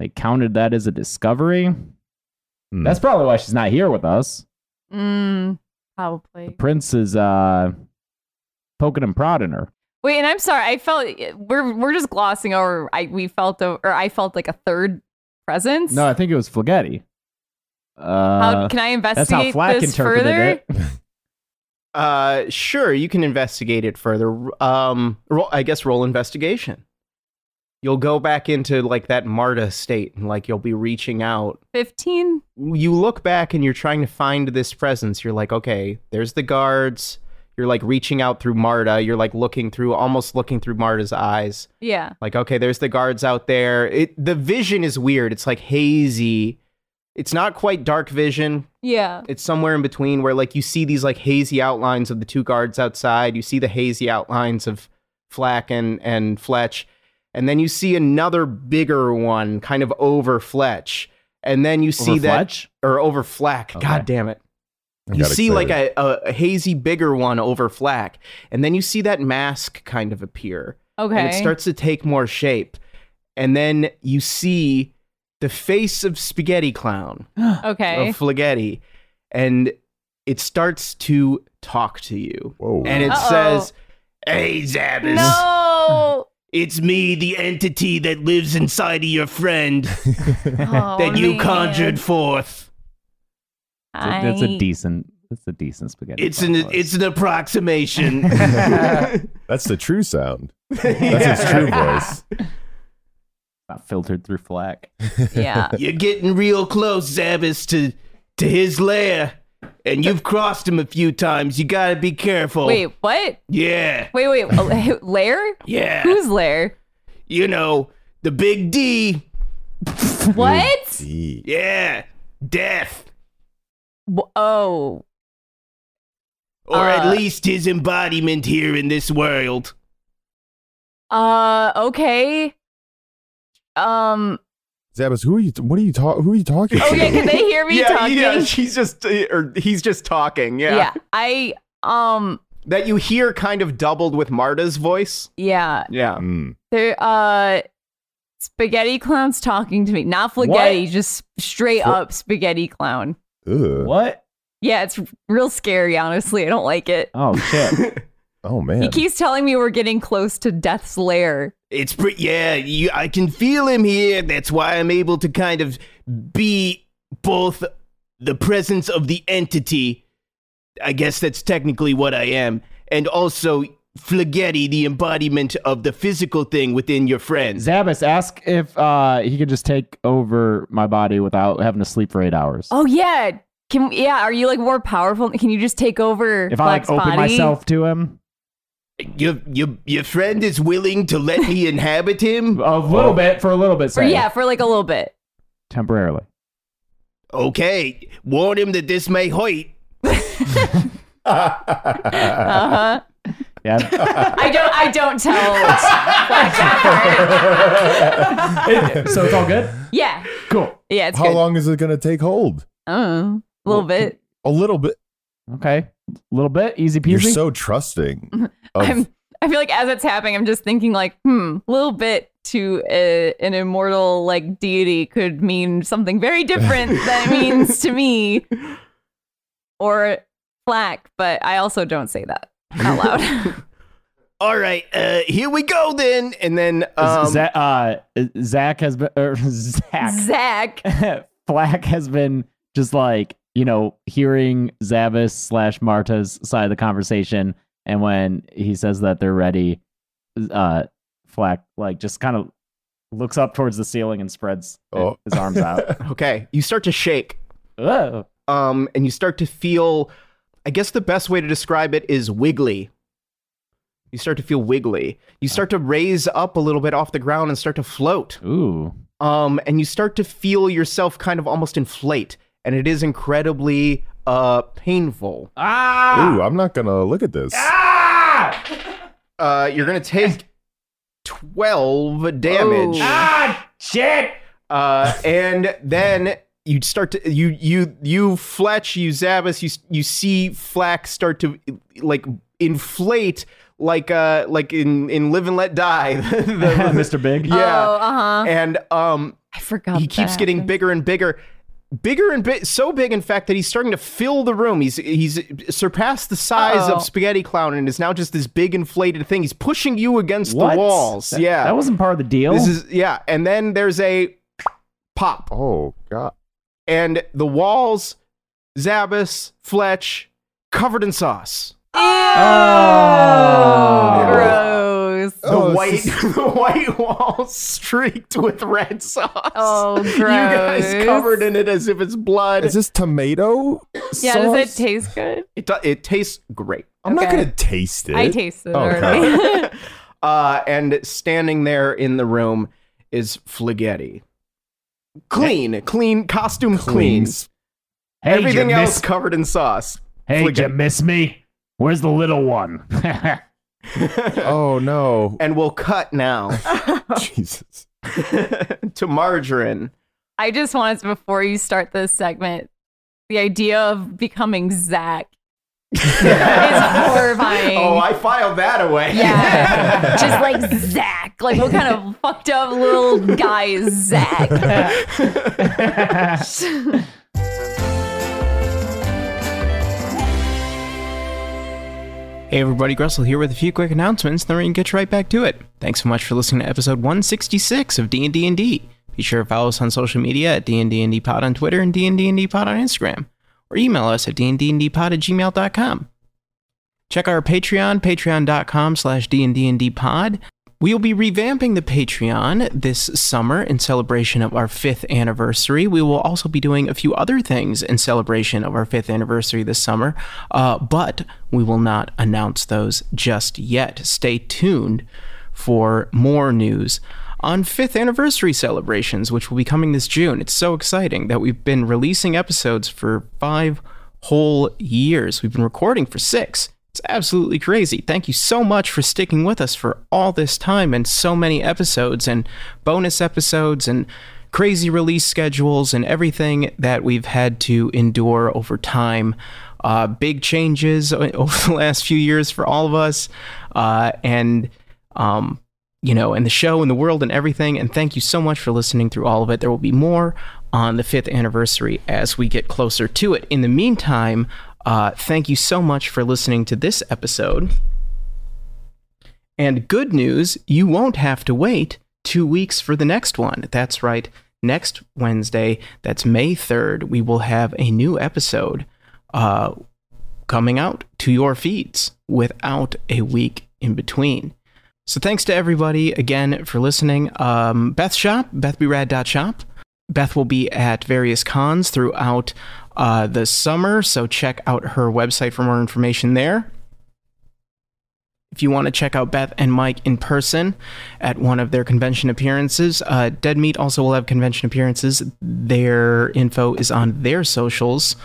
[SPEAKER 2] they counted that as a discovery.
[SPEAKER 3] Hmm.
[SPEAKER 2] That's probably why she's not here with us.
[SPEAKER 5] Mm, probably.
[SPEAKER 2] The prince is uh poking and prodding her.
[SPEAKER 5] Wait, and I'm sorry. I felt we're we're just glossing over. I we felt o- or I felt like a third presence.
[SPEAKER 2] No, I think it was Flagetti.
[SPEAKER 5] How,
[SPEAKER 2] Uh,
[SPEAKER 5] can I
[SPEAKER 2] that's how
[SPEAKER 5] investigate
[SPEAKER 2] Flack
[SPEAKER 5] this
[SPEAKER 2] interpreted
[SPEAKER 5] further?
[SPEAKER 2] it.
[SPEAKER 1] Uh, sure, you can investigate it further. Um, roll, I guess roll investigation. You'll go back into like that Marta state, and like you'll be reaching out.
[SPEAKER 5] Fifteen.
[SPEAKER 1] You look back and you're trying to find this presence. You're like, okay, there's the guards. You're like reaching out through Marta. You're like looking through, almost looking through Marta's eyes.
[SPEAKER 5] Yeah.
[SPEAKER 1] Like, okay, there's the guards out there. It the vision is weird. It's like hazy. It's not quite dark vision,
[SPEAKER 5] Yeah.
[SPEAKER 1] it's somewhere in between where like you see these like hazy outlines of the two guards outside you see the hazy outlines of flack and and fletch and then you see another bigger one kind of over fletch and then you see
[SPEAKER 2] Over
[SPEAKER 1] that
[SPEAKER 2] Fletch?
[SPEAKER 1] or over flack
[SPEAKER 2] Okay.
[SPEAKER 1] god damn it
[SPEAKER 3] I
[SPEAKER 1] you
[SPEAKER 3] got
[SPEAKER 1] see
[SPEAKER 3] excited.
[SPEAKER 1] like a, a, a hazy bigger one over flack and then you see that mask kind of appear
[SPEAKER 5] Okay.
[SPEAKER 1] and it starts to take more shape and then you see the face of spaghetti clown
[SPEAKER 5] okay.
[SPEAKER 1] of Flagetti, and it starts to talk to you,
[SPEAKER 3] whoa,
[SPEAKER 1] and it
[SPEAKER 5] Uh-oh.
[SPEAKER 1] says, "Hey, Zabbis,
[SPEAKER 5] No.
[SPEAKER 1] it's me, the entity that lives inside of your friend
[SPEAKER 5] Oh,
[SPEAKER 1] that you
[SPEAKER 5] man.
[SPEAKER 1] conjured forth.
[SPEAKER 2] It's a- It's a
[SPEAKER 5] I-
[SPEAKER 2] decent. It's a decent spaghetti.
[SPEAKER 1] It's an
[SPEAKER 2] sauce.
[SPEAKER 1] it's an approximation."
[SPEAKER 3] that's the true sound. That's its
[SPEAKER 1] Yeah.
[SPEAKER 3] true voice.
[SPEAKER 2] Not filtered through Flack.
[SPEAKER 5] Yeah.
[SPEAKER 1] You're getting real close, Zabbis, to to his lair. And you've crossed him a few times. You gotta be careful.
[SPEAKER 2] Oh.
[SPEAKER 5] Wait. What?
[SPEAKER 1] Yeah.
[SPEAKER 5] Wait. Wait. a- Lair?
[SPEAKER 1] Yeah.
[SPEAKER 5] Who's Lair?
[SPEAKER 1] you know, the big D.
[SPEAKER 5] What?
[SPEAKER 3] Gee.
[SPEAKER 1] Yeah. Death.
[SPEAKER 5] Wh- Oh.
[SPEAKER 1] or at
[SPEAKER 5] Uh,
[SPEAKER 1] least his embodiment here in this world.
[SPEAKER 5] Uh. Okay. Um.
[SPEAKER 3] Zabbis, who are you? What are you talking? Who are you talking
[SPEAKER 5] Oh
[SPEAKER 3] to?
[SPEAKER 5] yeah. Can they hear me talking?
[SPEAKER 1] she's just or he's just talking.
[SPEAKER 5] yeah. I. Um.
[SPEAKER 1] that you hear kind of doubled with Marta's voice.
[SPEAKER 5] Yeah.
[SPEAKER 1] Yeah,
[SPEAKER 3] Mm.
[SPEAKER 5] They're uh spaghetti clown's talking to me. Not spaghetti, just straight
[SPEAKER 3] Fl-
[SPEAKER 5] up spaghetti clown.
[SPEAKER 3] Ugh.
[SPEAKER 2] What?
[SPEAKER 5] Yeah, it's real scary, honestly. I don't like it.
[SPEAKER 2] Oh shit!
[SPEAKER 3] Oh man.
[SPEAKER 5] He keeps telling me we're getting close to death's lair.
[SPEAKER 1] it's pretty. Yeah, you, I can feel him here. That's why I'm able to kind of be both the presence of the entity. I guess that's technically what I am, and also Flagetti, the embodiment of the physical thing within your friends.
[SPEAKER 2] Zabas, ask if uh, he could just take over my body without having to sleep for eight hours.
[SPEAKER 5] Oh yeah. Can yeah, are you like more powerful? Can you just take over
[SPEAKER 2] if I like
[SPEAKER 5] Black's
[SPEAKER 2] open
[SPEAKER 5] body?
[SPEAKER 2] myself to him
[SPEAKER 1] Your your your friend is willing to let me inhabit him.
[SPEAKER 2] a little bit for a little bit,
[SPEAKER 5] For,
[SPEAKER 2] say.
[SPEAKER 5] yeah, for like a little bit.
[SPEAKER 2] temporarily.
[SPEAKER 1] Okay, warn him that this may hurt.
[SPEAKER 2] Uh,
[SPEAKER 5] Uh-huh.
[SPEAKER 2] Yeah,
[SPEAKER 5] I don't I don't tell Black that
[SPEAKER 2] so it's all good.
[SPEAKER 5] part. Yeah.
[SPEAKER 2] Cool.
[SPEAKER 5] Yeah, it's
[SPEAKER 3] How
[SPEAKER 5] good.
[SPEAKER 3] long is it going to take hold?
[SPEAKER 5] Oh, a little
[SPEAKER 3] Well,
[SPEAKER 5] bit.
[SPEAKER 3] A little bit.
[SPEAKER 2] Okay, a little bit, easy peasy.
[SPEAKER 3] You're so trusting. Of,
[SPEAKER 5] I'm I feel like as it's happening, I'm just thinking like, hmm, a little bit to a, an immortal like deity could mean something very different than it means to me, or black. But I also don't say that out loud.
[SPEAKER 7] All right, uh, here we go then. And then um,
[SPEAKER 2] Z- uh, Zach has been, or Zach,
[SPEAKER 5] Zach,
[SPEAKER 2] Flack has been just like, you know, hearing Zavis slash Marta's side of the conversation. And when he says that they're ready, uh, Flack like just kind of looks up towards the ceiling and spreads
[SPEAKER 3] Oh.
[SPEAKER 2] his arms out.
[SPEAKER 7] okay, you start to shake,
[SPEAKER 2] Whoa.
[SPEAKER 7] um, and you start to feel. I guess the best way to describe it is wiggly. You start to feel wiggly. You start to raise up a little bit off the ground and start to float.
[SPEAKER 2] Ooh.
[SPEAKER 7] um, and you start to feel yourself kind of almost inflate, and it is incredibly uh, painful.
[SPEAKER 2] Ah!
[SPEAKER 3] Ooh, I'm not gonna look at this.
[SPEAKER 2] Ah!
[SPEAKER 7] Uh, you're gonna take twelve damage,
[SPEAKER 5] Oh.
[SPEAKER 2] Ah! Shit!
[SPEAKER 7] uh, and then you start to you you you Fletch, you Zabbis, you you see Flack start to like inflate like uh like in in Live and Let Die, the, the-
[SPEAKER 2] Mr. Big.
[SPEAKER 7] yeah,
[SPEAKER 5] Oh, uh huh.
[SPEAKER 7] and um
[SPEAKER 5] I forgot.
[SPEAKER 7] he
[SPEAKER 5] that
[SPEAKER 7] keeps getting
[SPEAKER 5] happened.
[SPEAKER 7] bigger and bigger bigger and big so big in fact that he's starting to fill the room he's he's surpassed the size
[SPEAKER 5] Uh-oh.
[SPEAKER 7] of spaghetti clown and is now just this big inflated thing he's pushing you against
[SPEAKER 2] What?
[SPEAKER 7] the walls
[SPEAKER 2] That-
[SPEAKER 7] yeah
[SPEAKER 2] That wasn't part of the deal.
[SPEAKER 7] this is yeah and then there's a pop
[SPEAKER 3] Oh god.
[SPEAKER 7] and the walls zabas fletch covered in sauce
[SPEAKER 5] Ew,
[SPEAKER 2] Oh.
[SPEAKER 5] gross.
[SPEAKER 7] the
[SPEAKER 3] Oh, it's
[SPEAKER 7] white
[SPEAKER 3] just-
[SPEAKER 7] the white walls streaked with red sauce
[SPEAKER 5] Oh, gross.
[SPEAKER 7] you guys covered in it as if it's blood
[SPEAKER 3] Is this tomato?
[SPEAKER 5] Yeah,
[SPEAKER 3] sauce?
[SPEAKER 5] does it taste good?
[SPEAKER 7] it, do- it tastes great
[SPEAKER 3] I'm not
[SPEAKER 5] Okay.
[SPEAKER 3] gonna taste it.
[SPEAKER 5] I taste it
[SPEAKER 3] Oh,
[SPEAKER 5] already.
[SPEAKER 7] uh, and standing there in the room is Flagetti. Clean, clean, costume clean.
[SPEAKER 3] Cleans.
[SPEAKER 2] hey, did you
[SPEAKER 7] Everything
[SPEAKER 2] miss-
[SPEAKER 7] else covered in sauce.
[SPEAKER 2] Hey, did you
[SPEAKER 7] Flick it.
[SPEAKER 2] miss me? Where's the little one?
[SPEAKER 3] Oh no.
[SPEAKER 7] And we'll cut now
[SPEAKER 3] Jesus.
[SPEAKER 7] to margarine.
[SPEAKER 5] I just wanted to, before you start this segment, the idea of becoming Zach is horrifying.
[SPEAKER 7] Oh, I filed that away.
[SPEAKER 5] yeah, just like Zach. Like, what kind of fucked up little guy is Zach?
[SPEAKER 1] Hey everybody, Gressel here with a few quick announcements, then we can get right back to it. Thanks so much for listening to episode 166 of D&D and D. Be sure to follow us on social media at D&D Pod on Twitter and D&D Pod on Instagram, or email us at dndndpod at gmail.com. Check our Patreon, patreon.com slash dndndpod. We will be revamping the Patreon this summer in celebration of our fifth anniversary. We will also be doing a few other things in celebration of our fifth anniversary this summer, uh, but we will not announce those just yet. Stay tuned for more news on fifth anniversary celebrations, which will be coming this June. It's so exciting that we've been releasing episodes for five whole years. We've been recording for six. It's absolutely crazy. Thank you so much for sticking with us for all this time and so many episodes and bonus episodes and crazy release schedules and everything that we've had to endure over time. Uh, big changes o- over the last few years for all of us. Uh, and um, you know, and the show and the world and everything. And thank you so much for listening through all of it. There will be more on the fifth anniversary as we get closer to it. In the meantime, uh, thank you so much for listening to this episode. And good news, you won't have to wait two weeks for the next one. That's right. Next Wednesday, that's May 3rd, we will have a new episode uh, coming out to your feeds without a week in between. So thanks to everybody again for listening. Um, Beth Shop, BethBeRad.shop. Beth will be at various cons throughout uh, the summer, so check out her website for more information there. If you want to check out Beth and Mike in person at one of their convention appearances, uh, Dead Meat also will have convention appearances. Their info is on their socials,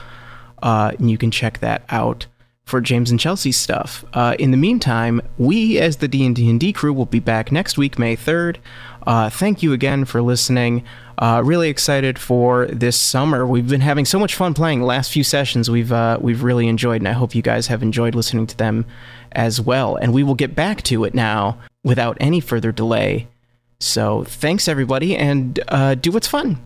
[SPEAKER 1] uh, and you can check that out
[SPEAKER 6] for James and Chelsea's stuff. Uh, in the meantime, we as the D and D and D crew will be back next week, May third. Uh, thank you again for listening. Uh, really excited for this summer. We've been having so much fun playing. The last few sessions we've uh, we've really enjoyed, and I hope you guys have enjoyed listening to them as well. And we will get back to it now without any further delay. So thanks everybody, and uh, do what's fun.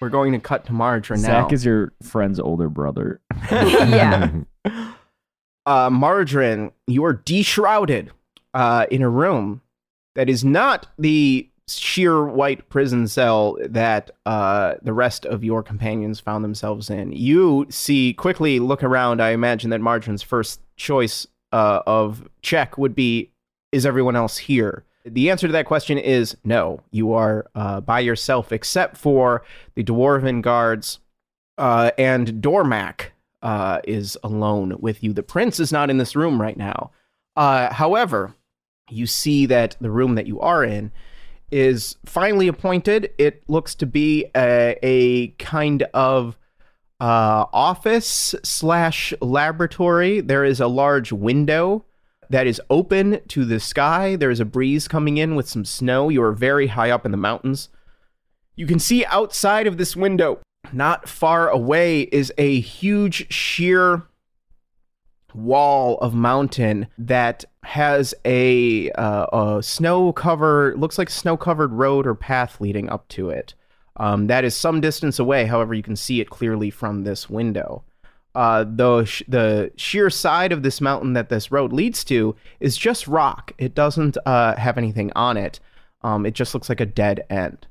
[SPEAKER 1] We're going to cut to Marge right now.
[SPEAKER 2] Zach is your friend's older brother.
[SPEAKER 5] yeah.
[SPEAKER 1] uh, Margarine, you are deshrouded uh, in a room that is not the sheer white prison cell that uh, the rest of your companions found themselves in. You see, quickly look around. I imagine that Margarine's first choice uh, of check would be Is everyone else here? The answer to that question is no. You are uh, by yourself, except for the dwarven guards uh, and Dormac uh, is alone with you. The prince is not in this room right now. Uh, however, you see that the room that you are in is finally appointed. It looks to be a, a kind of uh, office slash laboratory. There is a large window that is open to the sky. There is a breeze coming in with some snow. You are very high up in the mountains. You can see outside of this window, not far away, is a huge sheer wall of mountain that has a, uh, a snow cover looks like snow covered road or path leading up to it um, that is some distance away however you can see it clearly from this window uh, the sh- the sheer side of this mountain that this road leads to is just rock. It doesn't uh, have anything on it. Um, it just looks like a dead end.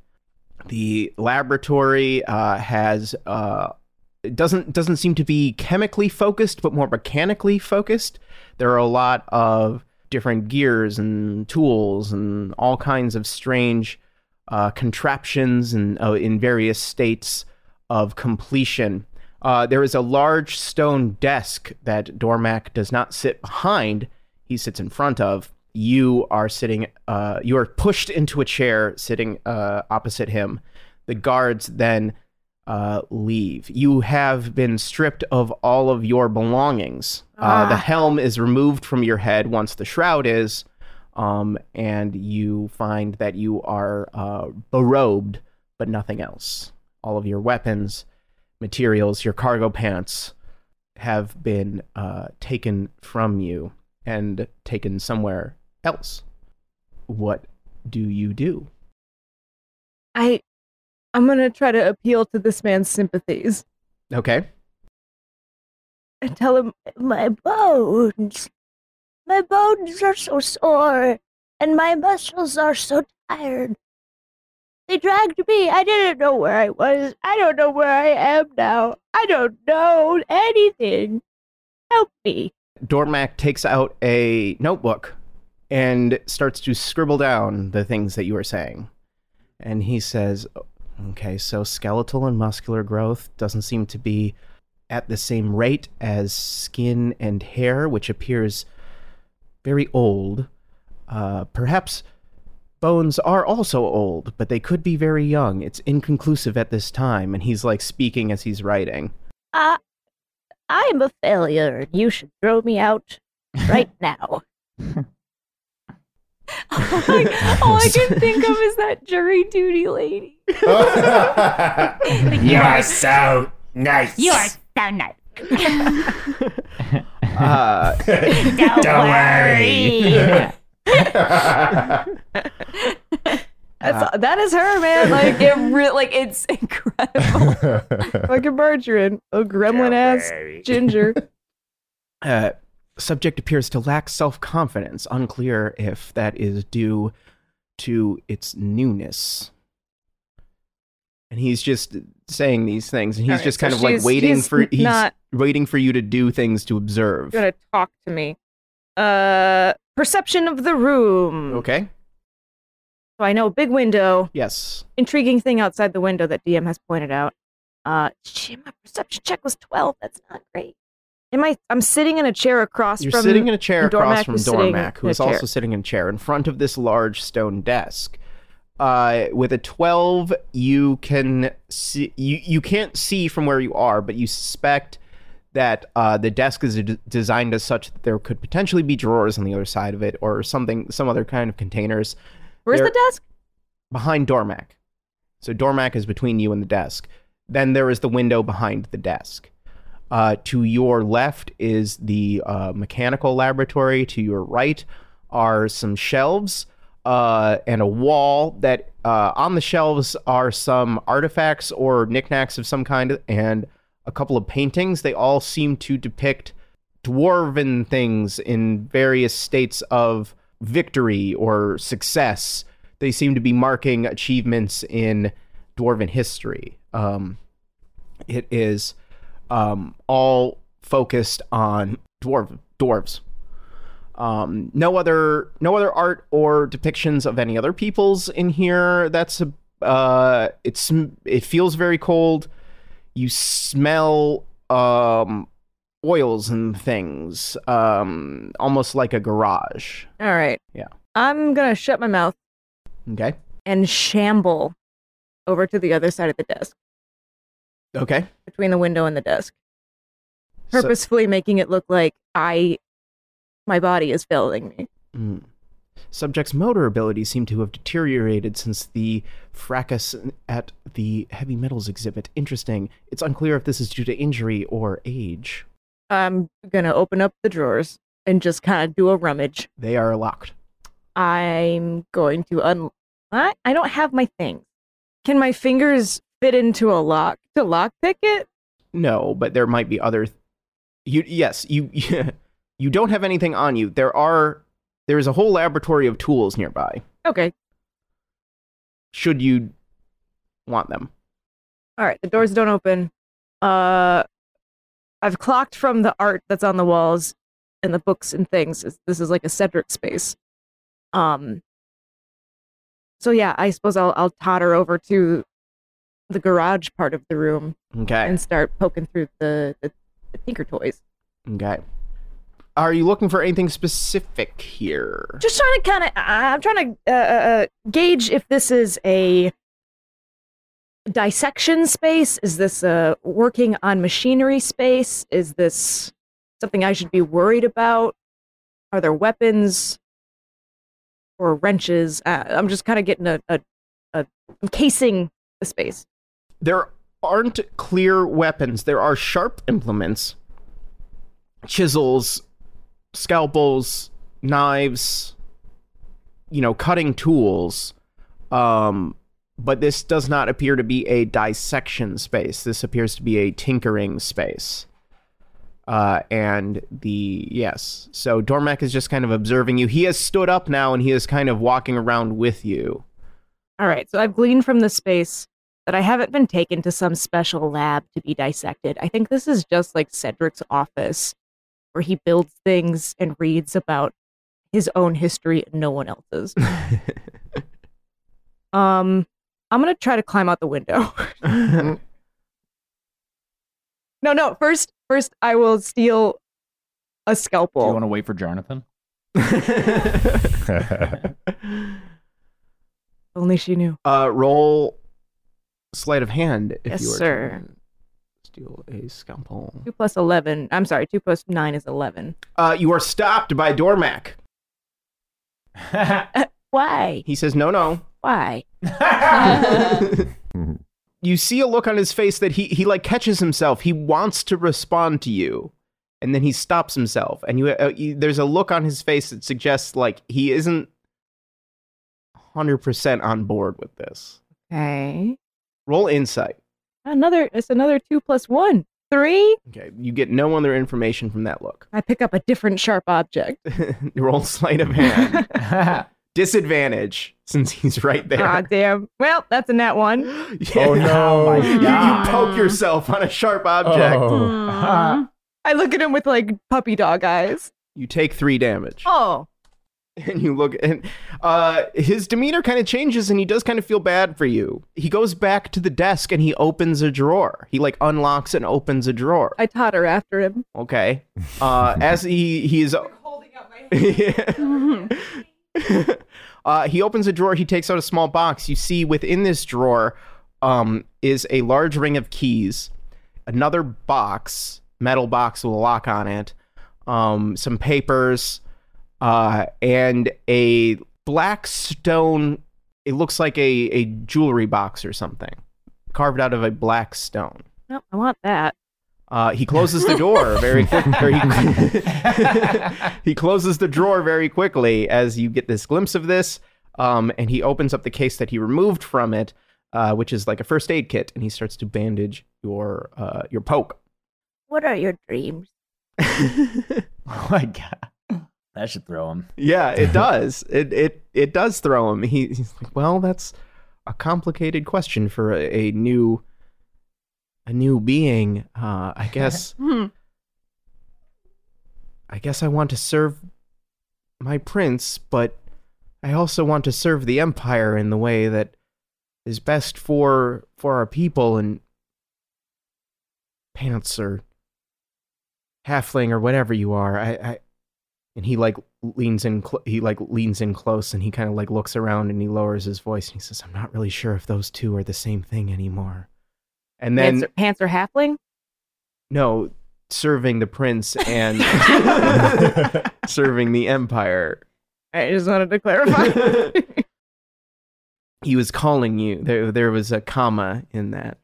[SPEAKER 1] The laboratory uh, has uh, it doesn't doesn't seem to be chemically focused, but more mechanically focused. There are a lot of different gears and tools and all kinds of strange uh, contraptions and uh, in various states of completion. Uh, there is a large stone desk that Dormac does not sit behind; he sits in front of. You are sitting. Uh, you are pushed into a chair, sitting uh, opposite him. The guards then uh, leave. You have been stripped of all of your belongings. Uh, the helm is removed from your head once the shroud is, um, and you find that you are uh, berobed, but nothing else. All of your weapons, materials, your cargo pants have been uh, taken from you and taken somewhere else. What do you do?
[SPEAKER 4] I, I'm gonna try to appeal to this man's sympathies
[SPEAKER 1] Okay.
[SPEAKER 4] and tell him
[SPEAKER 8] My bones. My bones are so sore, and my muscles are so tired. They dragged me. I didn't know where I was. I don't know where I am now. I don't know anything. Help me.
[SPEAKER 1] Dormac takes out a notebook and starts to scribble down the things that you are saying. And he says, okay, so skeletal and muscular growth doesn't seem to be at the same rate as skin and hair, which appears very old. Uh, perhaps bones are also old, but they could be very young. It's inconclusive at this time. And he's like speaking as he's writing.
[SPEAKER 8] I, I'm a failure, and you should throw me out right now.
[SPEAKER 5] Like, all I can think of is that jury duty lady.
[SPEAKER 9] you are so nice.
[SPEAKER 10] You are so nice.
[SPEAKER 1] Uh,
[SPEAKER 10] Don't,
[SPEAKER 9] Don't worry.
[SPEAKER 4] That's, that is her, man.
[SPEAKER 5] Like
[SPEAKER 4] Like,
[SPEAKER 5] it really like it's incredible.
[SPEAKER 4] fucking Margarine, a gremlin ass ginger.
[SPEAKER 1] Uh, subject appears to lack self confidence. Unclear if that is due to its newness. And he's just saying these things, and he's
[SPEAKER 4] Alright,
[SPEAKER 1] just
[SPEAKER 4] so
[SPEAKER 1] kind of like
[SPEAKER 4] she's-
[SPEAKER 1] waiting
[SPEAKER 4] he's
[SPEAKER 1] for he's
[SPEAKER 4] not-
[SPEAKER 1] waiting for you to do things to observe.
[SPEAKER 4] gonna talk to me. Uh, perception of the room.
[SPEAKER 1] Okay.
[SPEAKER 4] So I know big window,
[SPEAKER 1] Yes.
[SPEAKER 4] intriguing thing outside the window that DM has pointed out. Uh, shit, my perception check was twelve. That's not great. Am I? I'm sitting in a chair across
[SPEAKER 1] You're
[SPEAKER 4] from.
[SPEAKER 1] sitting in a chair
[SPEAKER 4] and
[SPEAKER 1] across
[SPEAKER 4] Dormac
[SPEAKER 1] from
[SPEAKER 4] is sitting
[SPEAKER 1] Dormac, who
[SPEAKER 4] in a
[SPEAKER 1] is also
[SPEAKER 4] chair.
[SPEAKER 1] sitting in a chair in front of this large stone desk. Uh, with a 12, you can see you, you can't see from where you are, but you suspect that uh, the desk is d- designed as such that there could potentially be drawers on the other side of it or something some other kind of containers
[SPEAKER 4] Where's
[SPEAKER 1] there-
[SPEAKER 4] the desk?
[SPEAKER 1] behind Dormac. So Dormac is between you and the desk. Then there is the window behind the desk. Uh, to your left is the uh, mechanical laboratory. To your right are some shelves uh, and a wall that uh, on the shelves are some artifacts or knickknacks of some kind and a couple of paintings. They all seem to depict dwarven things in various states of victory or success. They seem to be marking achievements in dwarven history. Um, it is um, all focused on dwarf dwarves. Um, no other no other art or depictions of any other peoples in here. That's a, uh, it's it feels very cold. You smell um, oils and things, um, almost like a garage.
[SPEAKER 4] All right.
[SPEAKER 1] Yeah.
[SPEAKER 4] I'm gonna shut my mouth
[SPEAKER 1] Okay.
[SPEAKER 4] and shamble over to the other side of the desk,
[SPEAKER 1] Okay.
[SPEAKER 4] between the window and the desk.
[SPEAKER 1] So-
[SPEAKER 4] purposefully making it look like I, my body is failing me.
[SPEAKER 1] Mm. Subject's motor abilities seem to have deteriorated since the fracas at the heavy metals exhibit. Interesting. It's unclear if this is due to injury or age.
[SPEAKER 4] I'm gonna open up the drawers and just kind of do a rummage.
[SPEAKER 1] They are locked.
[SPEAKER 4] I'm going to un. I, I don't have my things. Can my fingers fit into a lock to lockpick it?
[SPEAKER 1] No, but there might be other. Th- you yes you you don't have anything on you. There are there is a whole laboratory of tools nearby.
[SPEAKER 4] Okay.
[SPEAKER 1] Should you want them?
[SPEAKER 4] All right. The doors don't open. Uh, I've clocked from the art that's on the walls and the books and things. is- This is like a Cedric space. Um. So yeah, I suppose I'll I'll totter over to the garage part of the room
[SPEAKER 1] Okay.
[SPEAKER 4] and start poking through the, the, the Tinker Toys.
[SPEAKER 1] Okay. Are you looking for anything specific here?
[SPEAKER 4] Just trying to kind of, I'm trying to uh, uh, gauge if this is a dissection space. Is this a working on machinery space? Is this something I should be worried about? Are there weapons or wrenches? Uh, I'm just kind of getting a, a, a, I'm casing the space.
[SPEAKER 1] there aren't clear weapons. There are sharp implements, chisels, scalpels, knives, you know, cutting tools. Um, but this does not appear to be a dissection space. This appears to be a tinkering space. Uh, and the yes, so Dormac is just kind of observing you. He has stood up now, and he is kind of walking around with you.
[SPEAKER 4] All right, so I've gleaned from this space that I haven't been taken to some special lab to be dissected. I think this is just like Cedric's office, where he builds things and reads about his own history and no one else's. um, I'm gonna try to climb out the window. no, no. First, first I will steal
[SPEAKER 2] Do
[SPEAKER 4] a
[SPEAKER 2] you
[SPEAKER 4] scalpel.
[SPEAKER 2] want to wait for Jonathan?
[SPEAKER 4] Only she knew.
[SPEAKER 1] Uh, roll sleight of hand. If
[SPEAKER 4] Yes,
[SPEAKER 1] you were
[SPEAKER 4] sir.
[SPEAKER 1] To steal a scalpel.
[SPEAKER 4] Two plus eleven. I'm sorry. Two plus nine is eleven.
[SPEAKER 1] Uh, you are stopped by Dormac.
[SPEAKER 8] Why?
[SPEAKER 1] He says, No, no.
[SPEAKER 8] Why?
[SPEAKER 1] You see a look on his face that he, he like catches himself. He wants to respond to you. And then he stops himself. And you, uh, you there's a look on his face that suggests like he isn't 100% on board with this.
[SPEAKER 5] Okay.
[SPEAKER 1] Roll insight.
[SPEAKER 4] Another it's another two plus one. Three.
[SPEAKER 1] Okay. You get no other information from that look.
[SPEAKER 4] I pick up a different sharp object.
[SPEAKER 1] Roll sleight of hand. Disadvantage since he's right there.
[SPEAKER 4] Ah damn. Well, that's a net one.
[SPEAKER 1] Yeah.
[SPEAKER 3] Oh no!
[SPEAKER 1] You, you poke yourself on a sharp object.
[SPEAKER 3] Oh.
[SPEAKER 4] I look at him with like puppy dog eyes.
[SPEAKER 1] You take three damage.
[SPEAKER 4] Oh.
[SPEAKER 1] and you look and uh his demeanor kind of changes and he does kind of feel bad for you he goes back to the desk and he opens a drawer he like unlocks and opens a drawer
[SPEAKER 4] I totter after him.
[SPEAKER 1] okay uh as he he is uh, he opens a drawer he takes out a small box you see within this drawer um is a large ring of keys another box metal box with a lock on it um some papers uh, and a black stone. It looks like a, a jewelry box or something, carved out of a black stone.
[SPEAKER 4] No, I want that.
[SPEAKER 1] Uh, he closes the door very quick. Very he closes the drawer very quickly as you get this glimpse of this, um, and he opens up the case that he removed from it, uh, which is like a first aid kit, and he starts to bandage your uh, your poke.
[SPEAKER 8] What are your dreams?
[SPEAKER 2] oh my god, that should throw him.
[SPEAKER 1] Yeah, it does. it it it does throw him. He, he's like, well, that's a complicated question for a, a new a new being. Uh, I guess
[SPEAKER 5] Hmm.
[SPEAKER 1] I guess I want to serve my prince, but I also want to serve the empire in the way that is best for for our people and pants or halfling or whatever you are. I, I and he like leans in cl- he like leans in close and he kind of like looks around and he lowers his voice and he says i'm not really sure if those two are the same thing anymore and then
[SPEAKER 4] pants, are, pants are halfling.
[SPEAKER 1] no serving the prince and serving the empire
[SPEAKER 4] I just wanted to clarify.
[SPEAKER 1] he was calling you there there was a comma in that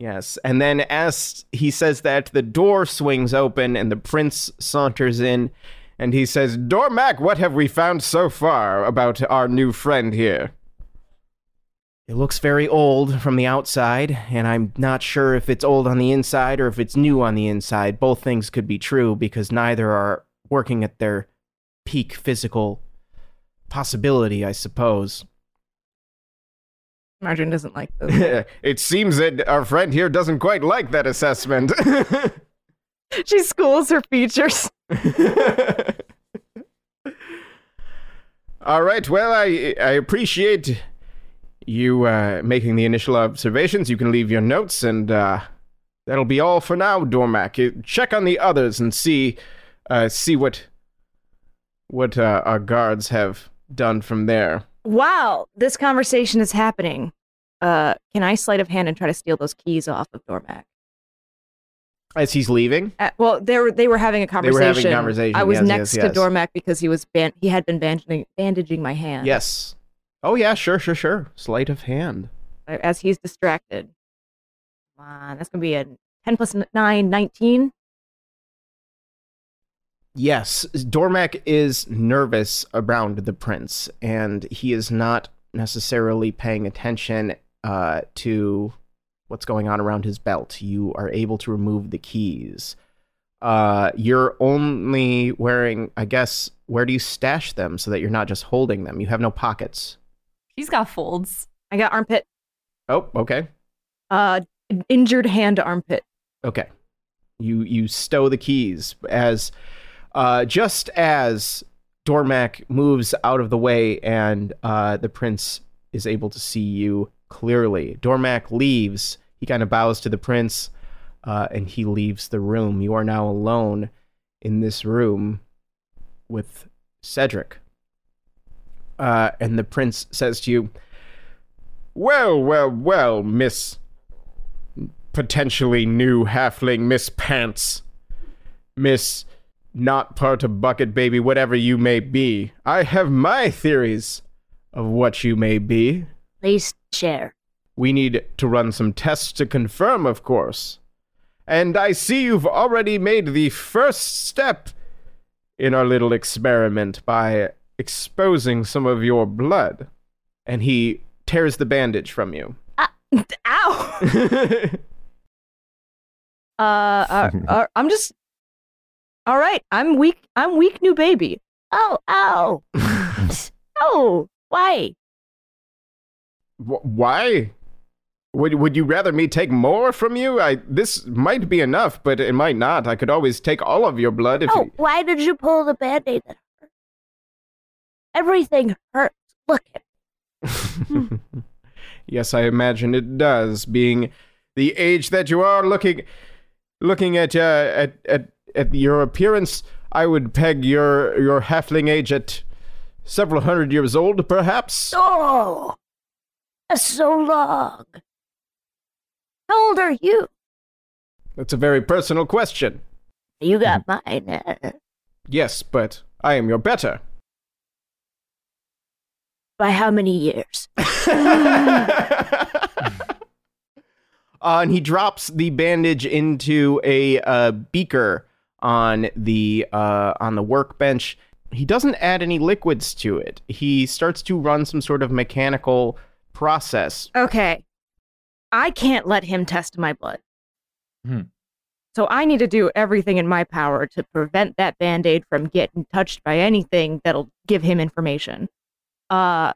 [SPEAKER 1] yes and then as he says that the door swings open and the prince saunters in and he says dormac what have we found so far about our new friend here It looks very old from the outside, and I'm not sure if it's old on the inside or if it's new on the inside. Both things could be true because neither are working at their peak physical possibility, I suppose.
[SPEAKER 4] Margarine doesn't like this.
[SPEAKER 1] it seems that our friend here doesn't quite like that assessment.
[SPEAKER 4] she schools her features.
[SPEAKER 1] All right, well, I, I appreciate you uh, making the initial observations. You can leave your notes, and uh, that'll be all for now, Dormac. You- Check on the others and see uh, see what what uh, our guards have done from there.
[SPEAKER 4] Wow, this conversation is happening. Uh, can I sleight of hand and try to steal those keys off of Dormac?
[SPEAKER 1] As he's leaving,
[SPEAKER 4] Uh, well, they were they were having a
[SPEAKER 1] They were
[SPEAKER 4] conversation.
[SPEAKER 1] having conversation,
[SPEAKER 4] I was
[SPEAKER 1] yes,
[SPEAKER 4] next
[SPEAKER 1] yes, yes.
[SPEAKER 4] to Dormac because he was ban- he had been bandaging bandaging my hand.
[SPEAKER 1] yes. Oh yeah, sure, sure, sure. Sleight of hand.
[SPEAKER 4] As he's distracted. Come on, that's gonna be a ten plus n- nine, 19.
[SPEAKER 1] Yes, Dormac is nervous around the prince, and he is not necessarily paying attention uh, to what's going on around his belt. You are able to remove the keys. Uh, you're only wearing, I guess, where do you stash them so that you're not just holding them? You have no pockets.
[SPEAKER 5] She's got folds.
[SPEAKER 4] I got armpit.
[SPEAKER 1] Oh, okay.
[SPEAKER 4] Uh, injured hand to armpit.
[SPEAKER 1] Okay. You you stow the keys as uh, just as Dormac moves out of the way and uh, the prince is able to see you clearly. Dormac leaves. He kind of bows to the prince uh, and he leaves the room. You are now alone in this room with Cedric. Uh, and the prince says to you, Well, well, well, Miss potentially new halfling Miss Pants, Miss not part of Bucket Baby, whatever you may be. I have my theories of what you may be.
[SPEAKER 8] Please share.
[SPEAKER 1] We need to run some tests to confirm, of course. And I see you've already made the first step in our little experiment by exposing some of your blood. And he tears the bandage from you.
[SPEAKER 4] Ah, Ow! Uh, uh, uh, I'm just. All right, I'm weak. I'm weak, new baby.
[SPEAKER 8] Oh, ow. oh, why?
[SPEAKER 1] Wh- why? Would would you rather me take more from you? I this might be enough, but it might not. I could always take all of your blood if
[SPEAKER 8] Oh,
[SPEAKER 1] you,
[SPEAKER 8] why did you pull the band aid that hurt? Everything hurts. Look at
[SPEAKER 1] Yes, I imagine it does, being the age that you are looking looking at uh, at, at at your appearance, I would peg your your halfling age at several hundred years old, perhaps.
[SPEAKER 8] Oh, that's so long. How old are you?
[SPEAKER 1] That's a very personal question.
[SPEAKER 8] You got mine.
[SPEAKER 4] Mm-hmm.
[SPEAKER 8] eh?
[SPEAKER 1] Yes, but I am your better.
[SPEAKER 8] By how many years?
[SPEAKER 1] Uh, and he drops the bandage into a uh, beaker on the uh, on the workbench. He doesn't add any liquids to it. He starts to run some sort of mechanical process.
[SPEAKER 4] Okay. I can't let him test my blood.
[SPEAKER 2] Hmm.
[SPEAKER 4] So I need to do everything in my power to prevent that band aid from getting touched by anything that'll give him information. Uh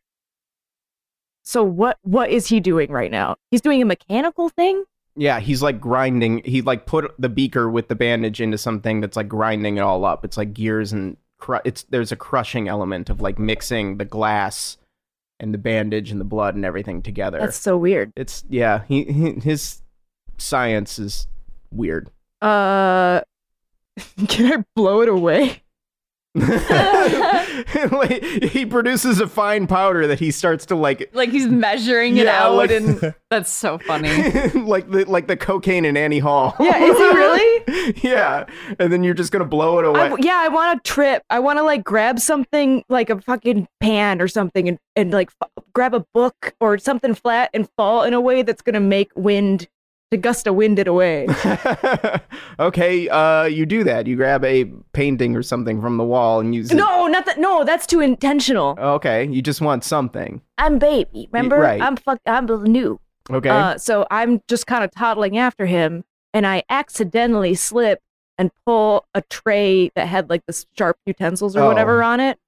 [SPEAKER 4] so what what is he doing right now? He's doing a mechanical thing?
[SPEAKER 1] Yeah, he's like grinding. He like put the beaker with the bandage into something that's like grinding it all up. It's like gears and cru- it's there's a crushing element of like mixing the glass and the bandage and the blood and everything together.
[SPEAKER 4] That's so weird.
[SPEAKER 1] it's yeah. He, he his science is weird.
[SPEAKER 4] Uh can I blow it away?
[SPEAKER 1] like, he produces a fine powder that he starts to like
[SPEAKER 5] Like he's measuring it
[SPEAKER 1] Yeah,
[SPEAKER 5] out,
[SPEAKER 1] like-
[SPEAKER 5] and that's so funny.
[SPEAKER 1] like the like the cocaine in Annie Hall.
[SPEAKER 4] Yeah, is he really?
[SPEAKER 1] yeah. And then you're just gonna blow it
[SPEAKER 4] I
[SPEAKER 1] away.
[SPEAKER 4] w yeah, I want to trip. I want to like grab something like a fucking pan or something and, and like f- grab a book or something flat and fall in a way that's going to make wind, to gust a wind it away.
[SPEAKER 1] okay, uh you do that. You grab a painting or something from the wall and use it.
[SPEAKER 4] no, not that. No, that's too intentional.
[SPEAKER 1] Okay, you just want something.
[SPEAKER 8] I'm baby. Remember,
[SPEAKER 1] right.
[SPEAKER 8] I'm fuck. I'm new.
[SPEAKER 1] Okay.
[SPEAKER 4] Uh, so I'm just kind of toddling after him and I accidentally slip and pull a tray that had like the sharp utensils or
[SPEAKER 1] Oh.
[SPEAKER 4] whatever on it.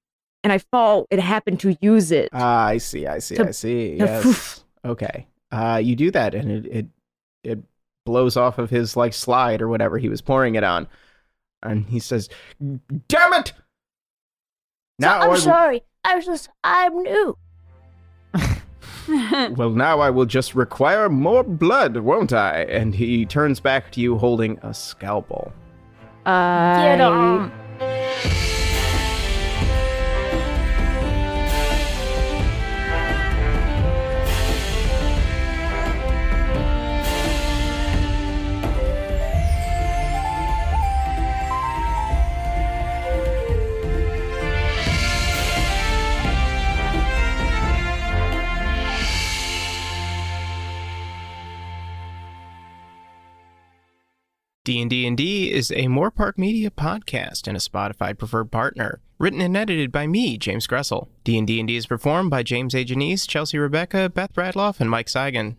[SPEAKER 4] And I fall and happen to use it.
[SPEAKER 1] ah, I see, I see,
[SPEAKER 4] to-
[SPEAKER 1] I see.
[SPEAKER 4] to
[SPEAKER 1] Yes.
[SPEAKER 4] poof.
[SPEAKER 1] Okay. Uh you do that and it it it blows off of his like slide or whatever he was pouring it on. And he says, Damn it!
[SPEAKER 8] So
[SPEAKER 1] Now
[SPEAKER 8] I'm
[SPEAKER 1] I-
[SPEAKER 8] sorry. I was just. I'm new.
[SPEAKER 1] Well, now I will just require more blood, won't I? And he turns back to you holding a scalpel.
[SPEAKER 4] I- Uh,
[SPEAKER 8] Get on.
[SPEAKER 6] D&D and D is a Moore Park Media podcast and a Spotify preferred partner. Written and edited by me, James Gressel. D&D and D is performed by James A. Janice, Chelsea Rebecca, Beth Bradloff, and Mike Seigan.